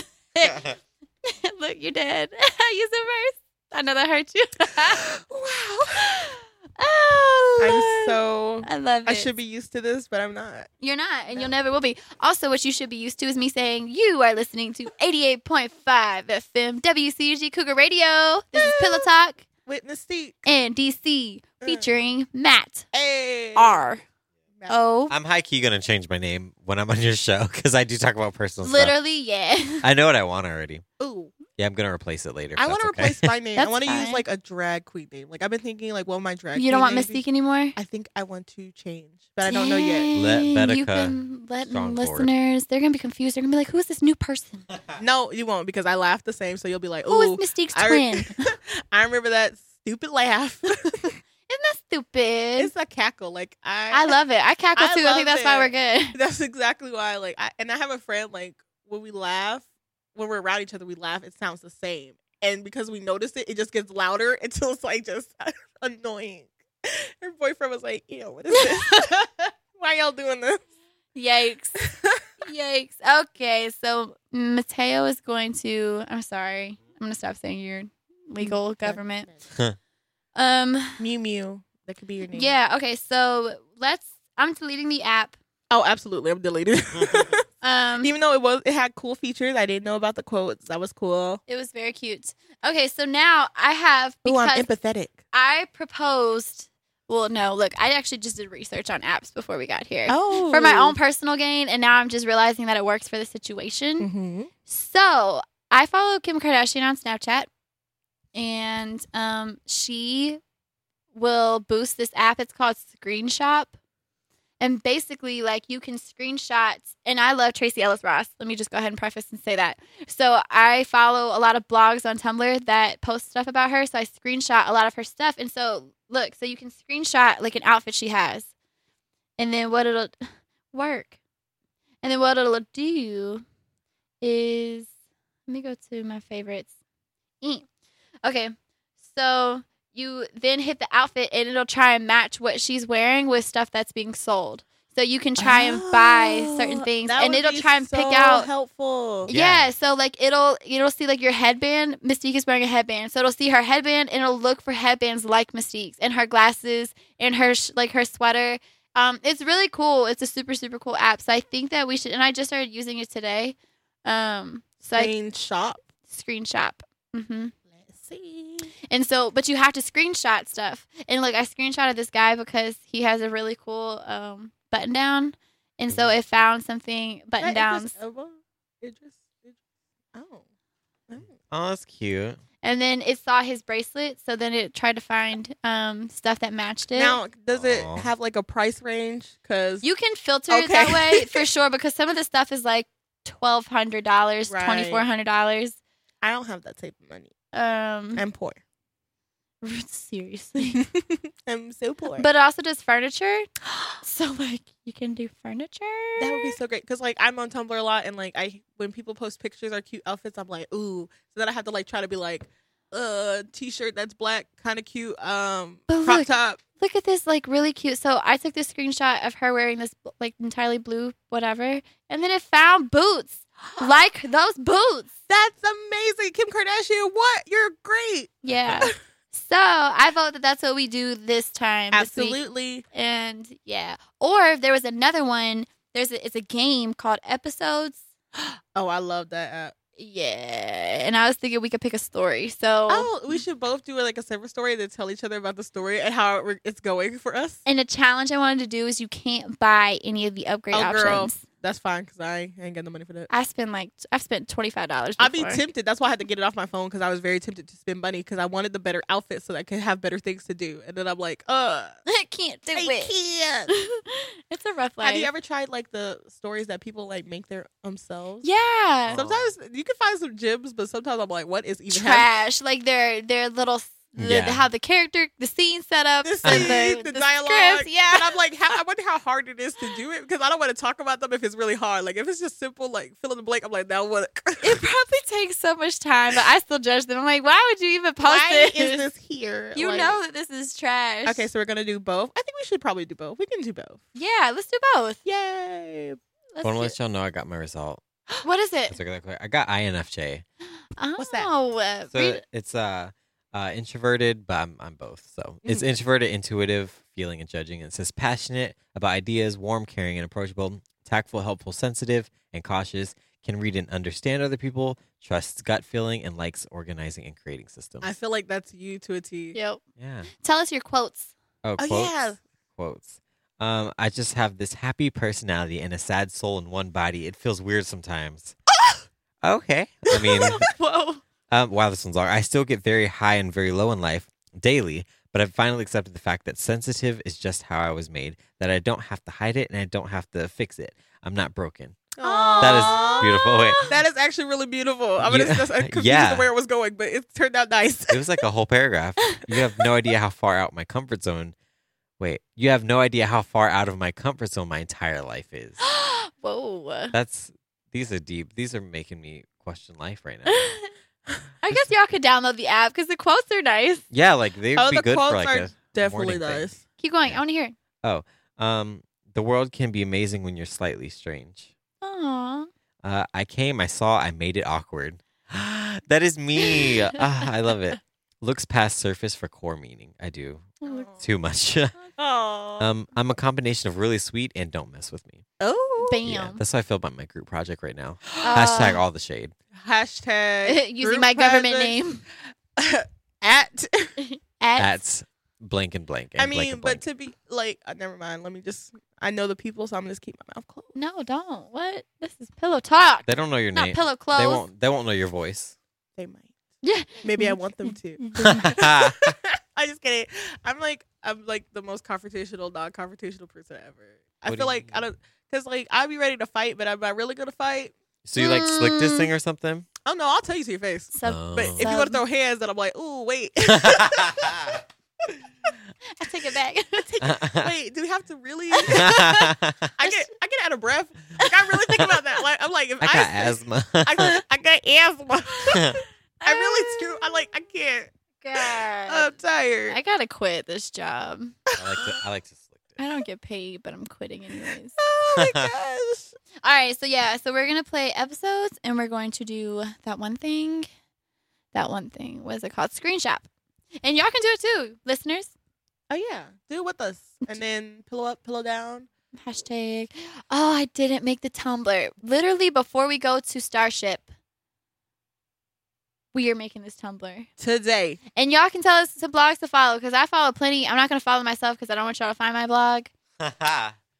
Speaker 1: Look, you're dead. I used it first. I know that hurt you. wow.
Speaker 2: I'm
Speaker 1: Oh, Lord.
Speaker 2: so.
Speaker 1: I love it.
Speaker 2: I should be used to this, but I'm not.
Speaker 1: You're not, and you'll never will be. Also, what you should be used to is me saying you are listening to 88.5 FM WCUG Cougar Radio. This is Pillow Talk
Speaker 2: Witness Mystique.
Speaker 1: and DC
Speaker 2: Uh.
Speaker 1: featuring Matt
Speaker 2: Hey.
Speaker 1: R.
Speaker 2: Matt.
Speaker 1: O.
Speaker 4: I'm high key gonna change my name when I'm on your show because I do talk about personal stuff.
Speaker 1: Literally, yeah.
Speaker 4: I know what I want already.
Speaker 2: Ooh.
Speaker 4: Yeah, I'm gonna replace it later. if
Speaker 2: I
Speaker 4: that's
Speaker 2: want to
Speaker 4: okay.
Speaker 2: replace my name. I
Speaker 1: Oh. That's
Speaker 2: want to use
Speaker 1: fine.
Speaker 2: like a drag queen name. Like I've been thinking, like, what my drag?
Speaker 1: You don't want
Speaker 2: queen name be?
Speaker 1: Mystique anymore?
Speaker 2: I think I want to change, but I don't know yet.
Speaker 4: Let
Speaker 1: Dang,
Speaker 4: Betica
Speaker 1: You've been letting
Speaker 4: strong forward.
Speaker 1: listeners, they're going to be confused. They're going to be like, who is this new person?
Speaker 2: No, you won't because I laugh the same. So you'll be like,
Speaker 1: Who is
Speaker 2: "Ooh,
Speaker 1: Mystique's
Speaker 2: I re-
Speaker 1: twin? Isn't
Speaker 2: I remember that stupid laugh."
Speaker 1: that stupid?
Speaker 2: it's a cackle. Like I,
Speaker 1: I love it. I cackle
Speaker 2: I
Speaker 1: too. I think
Speaker 2: love
Speaker 1: that's why
Speaker 2: it.
Speaker 1: we're good.
Speaker 2: That's exactly why. Like, I, and I have a friend. Like when we laugh, when we're around each other, we laugh. It sounds the same, and because we notice it, it just gets louder until it's like just annoying. Her boyfriend was like, "Ew, what is this? why y'all doing this?"
Speaker 1: Yikes. Yikes. Okay, so Mateo is going to I'm sorry. I'm gonna stop saying your
Speaker 2: Mm,
Speaker 1: legal government. Um
Speaker 2: Mew Mew. That could be your name.
Speaker 1: yeah, okay, so let's I'm deleting the app.
Speaker 2: Oh, absolutely. I'm deleted.
Speaker 1: Um
Speaker 2: Even though it was, it had cool features. I didn't know about the quotes. That was cool.
Speaker 1: it was very cute. Okay, so now I have
Speaker 2: Oh, I'm
Speaker 1: because
Speaker 2: empathetic.
Speaker 1: I proposed well no, look, I actually just did research on apps before we got here.
Speaker 2: Oh,
Speaker 1: For my own personal gain, and now I'm just realizing that it works for the situation.
Speaker 2: hmm
Speaker 1: So I follow Kim Kardashian on Snapchat, and um, she will boost this app. It's called Screenshot, and basically, like you can screenshot. And I love Tracy Ellis Ross. Let me just go ahead and preface and say that. So I follow a lot of blogs on Tumblr that post stuff about her. So I screenshot a lot of her stuff, and so look, so you can screenshot like an outfit she has, and then what it'll work, and then what it'll do is let me go to my favorites. Eh. Okay, so you then hit the outfit and it'll try and match what she's wearing with stuff that's being sold. So you can try and buy certain
Speaker 2: Oh,
Speaker 1: things
Speaker 2: that
Speaker 1: and
Speaker 2: would
Speaker 1: it'll
Speaker 2: be
Speaker 1: try and pick
Speaker 2: so
Speaker 1: out
Speaker 2: helpful.
Speaker 4: Yeah.
Speaker 1: yeah. so like it'll it'll see like your headband. Mystique is wearing a headband, so it'll see her headband and it'll look for headbands like Mystique's and her glasses and her sh- like her sweater. Um, it's really cool. It's a super super cool app. So I think that we should. And I just started using it today. Um, so I
Speaker 2: Green shop.
Speaker 1: screenshot. hmm
Speaker 2: Let's see.
Speaker 1: And so, but you have to screenshot stuff. And like I screenshotted this guy because he has a really cool um button down. And so it found something button downs.
Speaker 2: Oh.
Speaker 4: Oh, that's cute.
Speaker 1: and then it saw his bracelet so then it tried to find um stuff that matched it
Speaker 2: Now, does it
Speaker 4: Aw.
Speaker 2: have like a price range? Because
Speaker 1: you can filter it
Speaker 2: Okay.
Speaker 1: that way for sure because some of the stuff is like $1200
Speaker 2: Right.
Speaker 1: $2400
Speaker 2: I don't have that type of money.
Speaker 1: um
Speaker 2: I'm poor.
Speaker 1: seriously
Speaker 2: I'm so poor.
Speaker 1: but it also does furniture so like you can do furniture
Speaker 2: that would be so great because like I'm on Tumblr a lot and like I when people post pictures or cute outfits I'm like ooh so then I have to like try to be like uh t-shirt that's black kind of cute um
Speaker 1: But
Speaker 2: crop
Speaker 1: look-
Speaker 2: top
Speaker 1: look at this like really cute so i took this screenshot of her wearing this like entirely blue whatever and then it found boots like those boots
Speaker 2: that's amazing Kim Kardashian what you're great
Speaker 1: Yeah. so I vote that that's what we do this time. this week.
Speaker 2: absolutely
Speaker 1: And yeah. Or if there was another one, there's a, it's a game called episodes.
Speaker 2: oh I love that app
Speaker 1: Yeah. And I was thinking we could pick a story. So
Speaker 2: oh we should both do like a separate story and then tell each other about the story and how it- it's going for us
Speaker 1: and a challenge I wanted to do is you can't buy any of the upgrade
Speaker 2: Oh,
Speaker 1: options.
Speaker 2: girl. that's fine because I ain't got no money for that
Speaker 1: I spend like I've spent twenty five dollars.
Speaker 2: I'd be tempted. That's why I had to get it off my phone because I was very tempted to spend money because I wanted the better outfit so that I could have better things to do. And then I'm like, uh,
Speaker 1: I can't do
Speaker 2: I
Speaker 1: it.
Speaker 2: can't.
Speaker 1: it's a rough life.
Speaker 2: Have you ever tried like the stories that people like make their themselves?
Speaker 1: Yeah.
Speaker 4: Some
Speaker 2: Sometimes you can find some gems, but sometimes I'm like, what is even happening?
Speaker 1: trash. Like their their little the,
Speaker 4: Yeah.
Speaker 1: how the character, the scene set up,
Speaker 2: The
Speaker 1: and
Speaker 2: scene, the, dialogue.
Speaker 1: scripts,
Speaker 2: And
Speaker 1: yeah.
Speaker 2: I'm like, how, I wonder how hard it is to do it because I don't want to talk about them if it's really hard. Like if it's just simple, like fill in the blank. I'm like, that would.
Speaker 1: It probably takes so much time, but I still judge them. I'm like, why would you even post
Speaker 2: Why
Speaker 1: this?
Speaker 2: is this here?
Speaker 1: You
Speaker 2: Like-
Speaker 1: know that this is trash.
Speaker 2: Okay, so we're gonna do both. I think we should probably do both. We can do both.
Speaker 1: yeah, let's do both.
Speaker 2: Yay!
Speaker 1: Let's
Speaker 4: Want to
Speaker 1: do-
Speaker 4: let y'all know I got my result.
Speaker 1: what is
Speaker 2: Eh.
Speaker 1: it?
Speaker 4: Let's look at that quick. I got INFJ.
Speaker 2: What's that?
Speaker 1: Oh, uh, read
Speaker 4: So
Speaker 1: it.
Speaker 4: it's uh, uh introverted, but I'm I'm both. So
Speaker 2: Mm-hmm.
Speaker 4: it's introverted, intuitive, feeling and judging. And it says passionate about ideas, warm, caring, and approachable, tactful, helpful, sensitive, and cautious. Can read and understand other people, trusts gut feeling, and likes organizing and creating systems.
Speaker 2: I feel like that's you to a T.
Speaker 1: Yep.
Speaker 4: yeah.
Speaker 1: Tell us your quotes.
Speaker 4: Oh,
Speaker 2: Oh,
Speaker 4: quotes.
Speaker 2: yeah.
Speaker 4: Quotes. Um, I just have this happy personality and a sad soul in one body. It feels weird sometimes. okay. I mean,
Speaker 1: Whoa.
Speaker 4: um, wow, this one's long. I still get very high and very low in life daily, but I've finally accepted the fact that sensitive is just how I was made, that I don't have to hide it and I don't have to fix it. I'm not broken. That is beautiful. Wait.
Speaker 2: That is actually really beautiful. I mean,
Speaker 4: Yeah.
Speaker 2: it's just I'm confused
Speaker 4: Yeah.
Speaker 2: yeah. where it was going, but it turned out nice.
Speaker 4: It was like a whole paragraph. You have no idea how far out my comfort zone. Wait, you have no idea how far out of my comfort zone my entire life is.
Speaker 1: Whoa.
Speaker 4: That's these are deep. These are making me question life right now.
Speaker 1: I guess y'all could download the app because the quotes are nice.
Speaker 4: Yeah, like they'd
Speaker 2: Oh,
Speaker 4: be
Speaker 2: the
Speaker 4: good
Speaker 2: quotes
Speaker 4: for like
Speaker 2: are
Speaker 4: a
Speaker 2: definitely
Speaker 4: morning thing.
Speaker 2: nice.
Speaker 1: Keep going.
Speaker 4: Yeah.
Speaker 1: I want to hear it.
Speaker 4: um. The world can be amazing when you're slightly strange.
Speaker 1: Aww.
Speaker 4: Uh, I came, I saw, I made it awkward. that is me. Ah, I love it. Looks past surface for core meaning. I do too much.
Speaker 2: Oh.
Speaker 4: um, I'm a combination of really sweet and don't mess with me.
Speaker 2: oh.
Speaker 1: Bam.
Speaker 4: Yeah, that's how I feel about my group project right now.
Speaker 1: Uh,
Speaker 4: Hashtag all the shade.
Speaker 2: Hashtag
Speaker 1: Using my government name.
Speaker 2: name at.
Speaker 1: At,
Speaker 4: That's blank and blank. And
Speaker 2: eh. I
Speaker 4: blank
Speaker 2: mean,
Speaker 4: and
Speaker 2: but
Speaker 4: blank.
Speaker 2: to be like, uh, never mind. Let me just. I know the people, so I'm just keep my mouth closed.
Speaker 1: No, don't. What? This is pillow talk.
Speaker 4: they don't know your
Speaker 1: Not
Speaker 4: name.
Speaker 1: pillow clothes.
Speaker 4: They won't. They won't know your voice.
Speaker 2: They might.
Speaker 1: Yeah.
Speaker 2: Maybe I want them to. I just kidding. I'm like I'm like the most confrontational, non-confrontational person ever. I
Speaker 4: What
Speaker 2: feel
Speaker 4: do you
Speaker 2: like I
Speaker 4: mean?
Speaker 2: don't because like I'd be ready to fight, but am I really gonna fight?
Speaker 4: so you like slick this
Speaker 1: Mm.
Speaker 4: thing or something?
Speaker 2: Oh no, I'll tell you to your face.
Speaker 1: Sub-
Speaker 2: But if you
Speaker 1: Oh.
Speaker 2: want to throw hands, then I'm like, ooh, wait,
Speaker 1: I take it back.
Speaker 2: wait, do we have to really? I get I get out of breath. Like I really think about that. Like I'm like, if
Speaker 4: I got
Speaker 2: I
Speaker 4: asthma.
Speaker 2: I, I got asthma. I really screw. I like I can't.
Speaker 1: God.
Speaker 2: I'm tired.
Speaker 1: I gotta quit this job.
Speaker 4: I like to. I like to slick.
Speaker 1: I don't get paid, but I'm quitting anyways.
Speaker 2: oh my gosh.
Speaker 1: All right, so yeah, so we're gonna play episodes, and we're going to do that one thing, that one thing. What is it called? Screenshot. And y'all can do it too, listeners.
Speaker 2: Oh yeah, do it with us, and then pillow up, pillow down.
Speaker 1: Hashtag. Oh, I didn't make the Tumblr. Literally before we go to Starship, we are making this Tumblr,
Speaker 2: Today,
Speaker 1: and y'all can tell us some blogs to follow because I follow plenty. I'm not gonna follow myself because I don't want y'all to find my blog.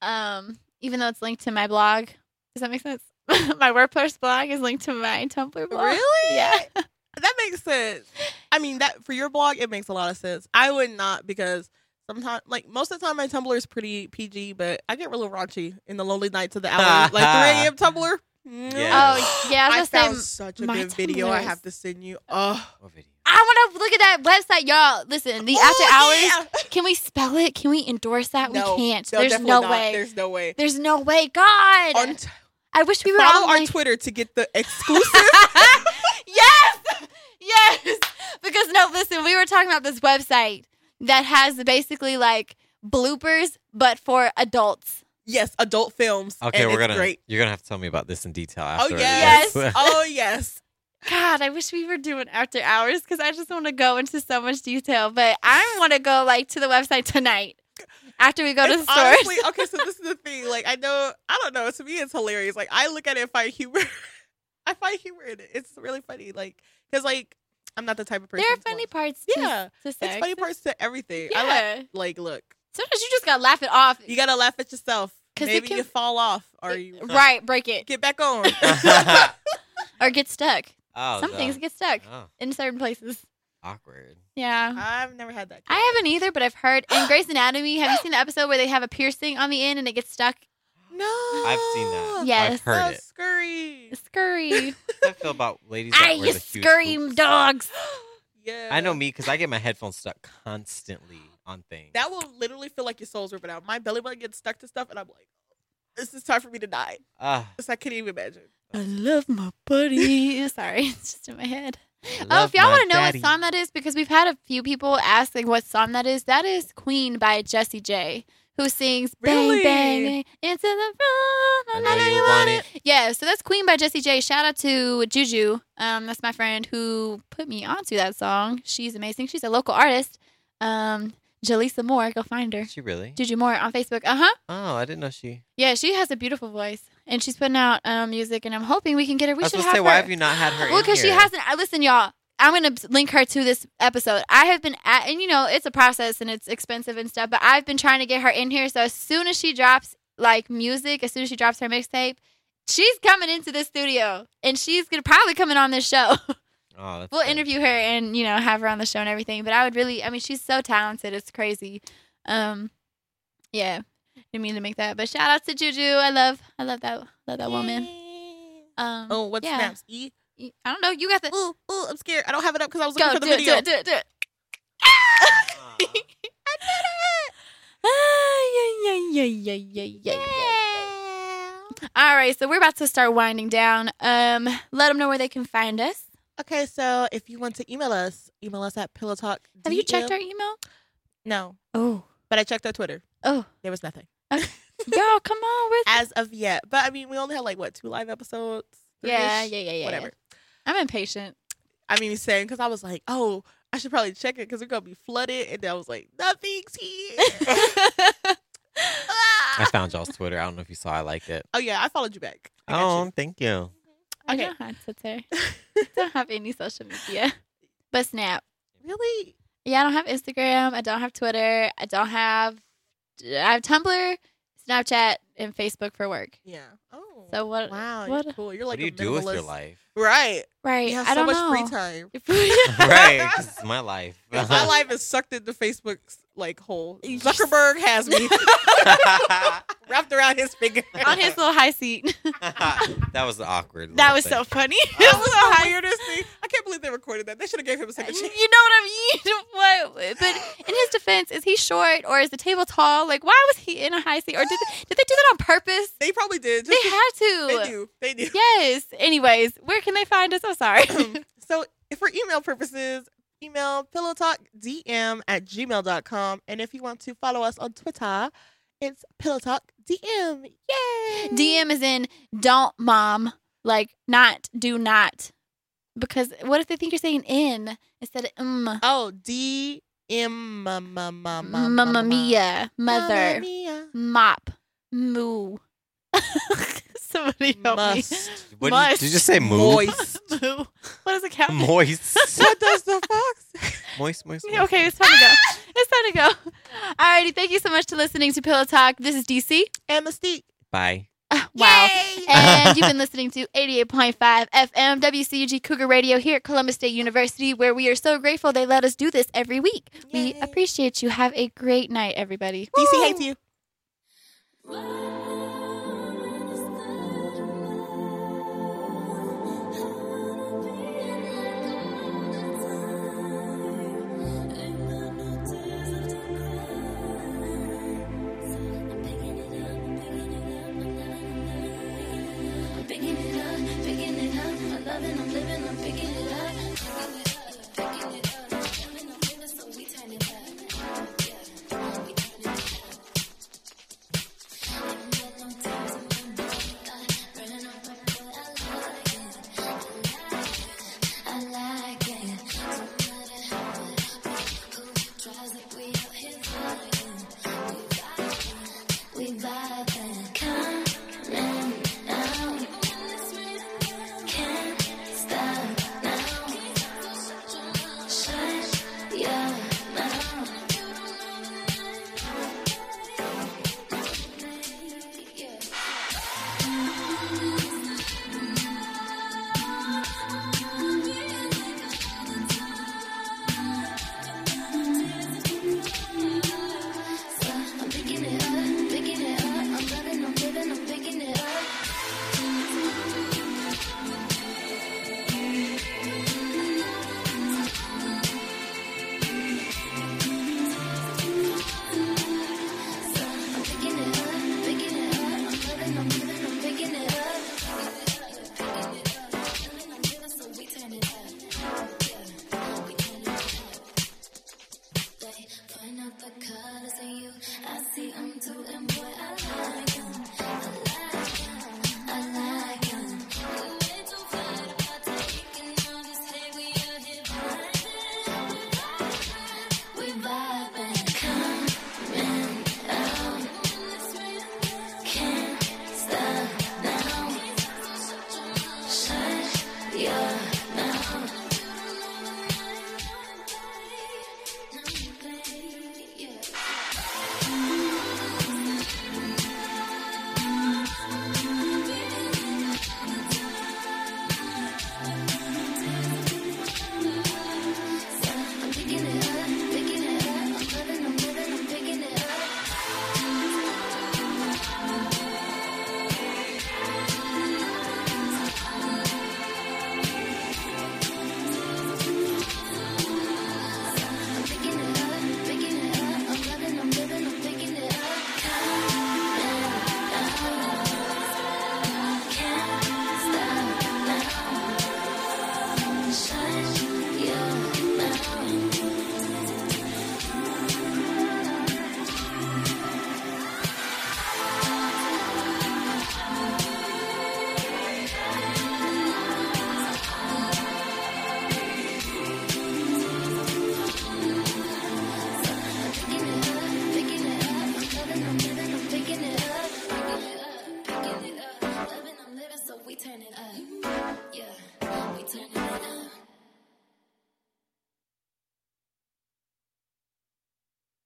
Speaker 1: Um, even though it's linked to my blog, does that make sense? my WordPress blog is linked to my Tumblr blog.
Speaker 2: Really?
Speaker 1: Yeah.
Speaker 2: That makes sense. I mean, that for your blog, it makes a lot of sense. I would not because sometimes, like most of the time, my Tumblr is pretty PG, but I get really raunchy in the lonely nights of the hour, like 3 a.m. Tumblr.
Speaker 4: Yeah.
Speaker 1: Oh yeah, I
Speaker 2: I
Speaker 1: was gonna
Speaker 2: found
Speaker 1: say.
Speaker 2: such a
Speaker 1: my
Speaker 2: good video. I
Speaker 1: Tumblrs.
Speaker 2: have to send you. Oh,
Speaker 4: What video?
Speaker 1: I want to look at that website, y'all. Listen, the after hours.
Speaker 2: Oh, yeah.
Speaker 1: Can we spell it? Can we endorse that?
Speaker 2: No,
Speaker 1: we can't.
Speaker 2: no,
Speaker 1: There's
Speaker 2: definitely
Speaker 1: no
Speaker 2: not.
Speaker 1: way. There's,
Speaker 2: There's no
Speaker 1: no
Speaker 2: way.
Speaker 1: way. God,
Speaker 2: On t-
Speaker 1: I wish we were
Speaker 2: follow
Speaker 1: on
Speaker 2: our
Speaker 1: like-
Speaker 2: Twitter to get the exclusive.
Speaker 1: yes, yes. Because no, listen, we were talking about this website that has basically like bloopers, but for adults.
Speaker 2: yes, adult films.
Speaker 4: Okay,
Speaker 2: and it's
Speaker 4: we're gonna.
Speaker 2: great.
Speaker 4: You're gonna have to tell me about this in detail.
Speaker 2: Oh
Speaker 4: After
Speaker 2: yes.
Speaker 4: this.
Speaker 2: oh yes.
Speaker 1: God, I wish we were doing after hours because I just want to go into so much detail. But I want to go like to the website tonight after we go to
Speaker 2: It's
Speaker 1: the stores.
Speaker 2: honestly- okay, so this is the thing. Like, I know, I don't know. To me, it's hilarious. Like, I look at it and find humor. I find humor in it. It's really funny. Like, because like, I'm not the type of person.
Speaker 1: there are
Speaker 2: to
Speaker 1: funny
Speaker 2: watch-
Speaker 1: parts. To,
Speaker 2: Yeah,
Speaker 1: to
Speaker 2: It's
Speaker 1: sex.
Speaker 2: funny parts to everything.
Speaker 1: Yeah.
Speaker 2: I like, like, look,
Speaker 1: Sometimes you just gotta laugh it off.
Speaker 2: you gotta laugh at yourself.
Speaker 1: 'Cause it
Speaker 2: Maybe
Speaker 1: can-
Speaker 2: you fall off or you
Speaker 1: right, break it
Speaker 2: get back on.
Speaker 4: Uh-huh.
Speaker 1: or get stuck.
Speaker 4: oh,
Speaker 1: Some
Speaker 4: the-
Speaker 1: things get stuck
Speaker 4: oh,
Speaker 1: in certain places.
Speaker 4: awkward.
Speaker 1: Yeah.
Speaker 2: I've never had that.
Speaker 1: I haven't either, but I've heard in Grey's Anatomy. Have you seen the episode where they have a piercing on the end and it gets stuck?
Speaker 2: No,
Speaker 4: I've seen
Speaker 2: Ah.
Speaker 4: that.
Speaker 1: Yes.
Speaker 4: I've heard it.
Speaker 2: That's scurry.
Speaker 1: Scurry.
Speaker 4: How do I feel about ladies that
Speaker 1: I
Speaker 4: wear
Speaker 1: you
Speaker 4: the huge
Speaker 1: scream
Speaker 4: hoops?
Speaker 1: dogs.
Speaker 2: Yeah.
Speaker 4: I know me because I get my headphones stuck constantly on things.
Speaker 2: That will literally feel like your soul's ripping out. My belly button gets stuck to stuff, and I'm like, this is time for me to die.
Speaker 4: Ah,
Speaker 2: This I can't even imagine.
Speaker 1: I love my buddy. Sorry, it's just in my head.
Speaker 4: I
Speaker 1: Oh,
Speaker 4: love
Speaker 1: if y'all
Speaker 4: my
Speaker 1: want to know
Speaker 4: daddy.
Speaker 1: what song that is, because we've had a few people ask like what song that is. That is Queen by Jessie J, who sings
Speaker 2: Really?
Speaker 1: "Bang Bang Bang Into the Room."
Speaker 4: I know you want it.
Speaker 1: Yeah, so that's Queen by Jessie J. Shout out to Juju. Um, that's my friend who put me onto that song. She's amazing. She's a local artist. Um, Jaleesa Moore, go find her.
Speaker 4: Did she really?
Speaker 1: Juju Moore on Facebook. Uh huh.
Speaker 4: Oh, I didn't know she.
Speaker 1: Yeah, she has a beautiful voice, and she's putting out um music. And I'm hoping we can get her. We
Speaker 4: I was
Speaker 1: should
Speaker 4: supposed
Speaker 1: have
Speaker 4: to say,
Speaker 1: her.
Speaker 4: why have you not had her?
Speaker 1: Well, because
Speaker 4: because
Speaker 1: she hasn't. I listen, y'all. I'm gonna link her to this episode. I have been at, and you know, it's a process and it's expensive and stuff. But I've been trying to get her in here. So as soon as she drops like music, as soon as she drops her mixtape, she's coming into this studio, and she's gonna probably coming on this show.
Speaker 4: Oh, that's
Speaker 1: we'll
Speaker 4: cool.
Speaker 1: interview her and you know have her on the show and everything. But I would really, I mean, she's so talented. It's crazy. Um, yeah, didn't mean to make that. But shout out to Juju. I love, I love that, love that woman. Um,
Speaker 2: Oh, what's
Speaker 1: yeah.
Speaker 2: snaps? E.
Speaker 1: I don't know. You got the.
Speaker 2: Ooh, ooh, I'm scared. I don't have it up because I was looking
Speaker 1: Go
Speaker 2: for the
Speaker 1: do it, do
Speaker 2: video.
Speaker 1: it, do it, do it.
Speaker 4: Aw.
Speaker 1: All right, so we're about to start winding down. Um, let them know where they can find us.
Speaker 2: Okay, so if you want to email us, email us at Pillow Talk.
Speaker 1: Have you checked
Speaker 2: DM.
Speaker 1: our email?
Speaker 2: No,
Speaker 1: Oh,
Speaker 2: but I checked our Twitter.
Speaker 1: oh,
Speaker 2: There was nothing
Speaker 1: y'all, come on with.
Speaker 2: as of yet. But I mean, we only had like what two live episodes?
Speaker 1: Yeah, yeah,
Speaker 2: Three-ish?
Speaker 1: yeah, yeah, yeah.
Speaker 2: Whatever.
Speaker 1: I'm impatient.
Speaker 2: I mean, saying because I was like, oh, I should probably check it because we're gonna be flooded, and then I was like, nothing's
Speaker 1: Ah!
Speaker 2: here.
Speaker 4: I found y'all's Twitter. I don't know if you saw. I liked it.
Speaker 2: oh yeah, I followed you back. I got
Speaker 4: Oh, thank you.
Speaker 1: I
Speaker 2: Okay.
Speaker 1: don't have Twitter. I don't have any social media, but Snap.
Speaker 2: you. really?
Speaker 1: Yeah, I don't have Instagram. I don't have Twitter. I don't have. I have Tumblr, Snapchat, and Facebook for work.
Speaker 2: Yeah. Oh.
Speaker 1: So what?
Speaker 2: Wow,
Speaker 1: What?
Speaker 2: you're cool. You're like
Speaker 4: what do
Speaker 2: a
Speaker 4: you do with your
Speaker 2: minimalist.
Speaker 4: life?
Speaker 2: Right.
Speaker 1: Right.
Speaker 2: You have
Speaker 1: I
Speaker 2: so
Speaker 1: don't
Speaker 2: much
Speaker 1: know.
Speaker 2: free time.
Speaker 4: right, 'cause it's my life.
Speaker 2: My life is sucked into Facebook's like hole. Zuckerberg has me wrapped around his finger.
Speaker 1: on his little high seat.
Speaker 4: that was awkward.
Speaker 5: That
Speaker 4: little
Speaker 5: was
Speaker 4: thing.
Speaker 5: so funny.
Speaker 2: that was the weirdest thing. I can't believe they recorded that. They should have gave him a second
Speaker 1: you know what
Speaker 2: chance.
Speaker 1: I mean? What? But in his defense, is he short or is the table tall? Like, why was he in a high seat? Or did they, did they do that on purpose?
Speaker 2: They probably did.
Speaker 1: They
Speaker 2: Just-
Speaker 1: had
Speaker 2: they
Speaker 1: to.
Speaker 2: do. They do.
Speaker 1: Yes. Anyways, where can they find us? I'm sorry.
Speaker 2: so if for email purposes, email pillowtalkdm at gmail.com. And if you want to follow us on Twitter, it's pillowtalkdm. Yay!
Speaker 1: DM is in don't mom like not do not because what if they think you're saying in instead of mm,
Speaker 2: Oh, DM. Mamma
Speaker 1: mamma mia mother mop moo. Somebody help me.
Speaker 2: Must.
Speaker 4: What did, you, did you just say? Moist.
Speaker 2: Moist.
Speaker 1: Moo. What does it count?
Speaker 4: Moist.
Speaker 2: what does the fox?
Speaker 4: moist. Moist. Moist.
Speaker 1: Okay, it's time to go. It's time to go. Alrighty, thank you so much to listening to Pillow Talk. This is DC.
Speaker 2: and Mystique.
Speaker 4: Bye.
Speaker 1: Ah, Wow. And you've been listening to 88.5 FM WCUG Cougar Radio here at Columbus State University, where we are so grateful they let us do this every week. We
Speaker 2: Yay.
Speaker 1: appreciate you. Have a great night, everybody.
Speaker 2: DC hates you.
Speaker 6: Picking it up, picking it up. I love it, I'm living, I'm picking it up. Picking it up, picking it up. I'm living, I'm living, so we turn it up. Yeah, we turn it up. And then I'm dancing, I'm dancing, I'm burning up my boy. I like it, I like it, I like it. Don't matter how it happens, who tries it, we out here vibing. We vibing, we vibing. Coming out. Can't stop now. out the colors of you. I see I'm doing what I like 'em. I like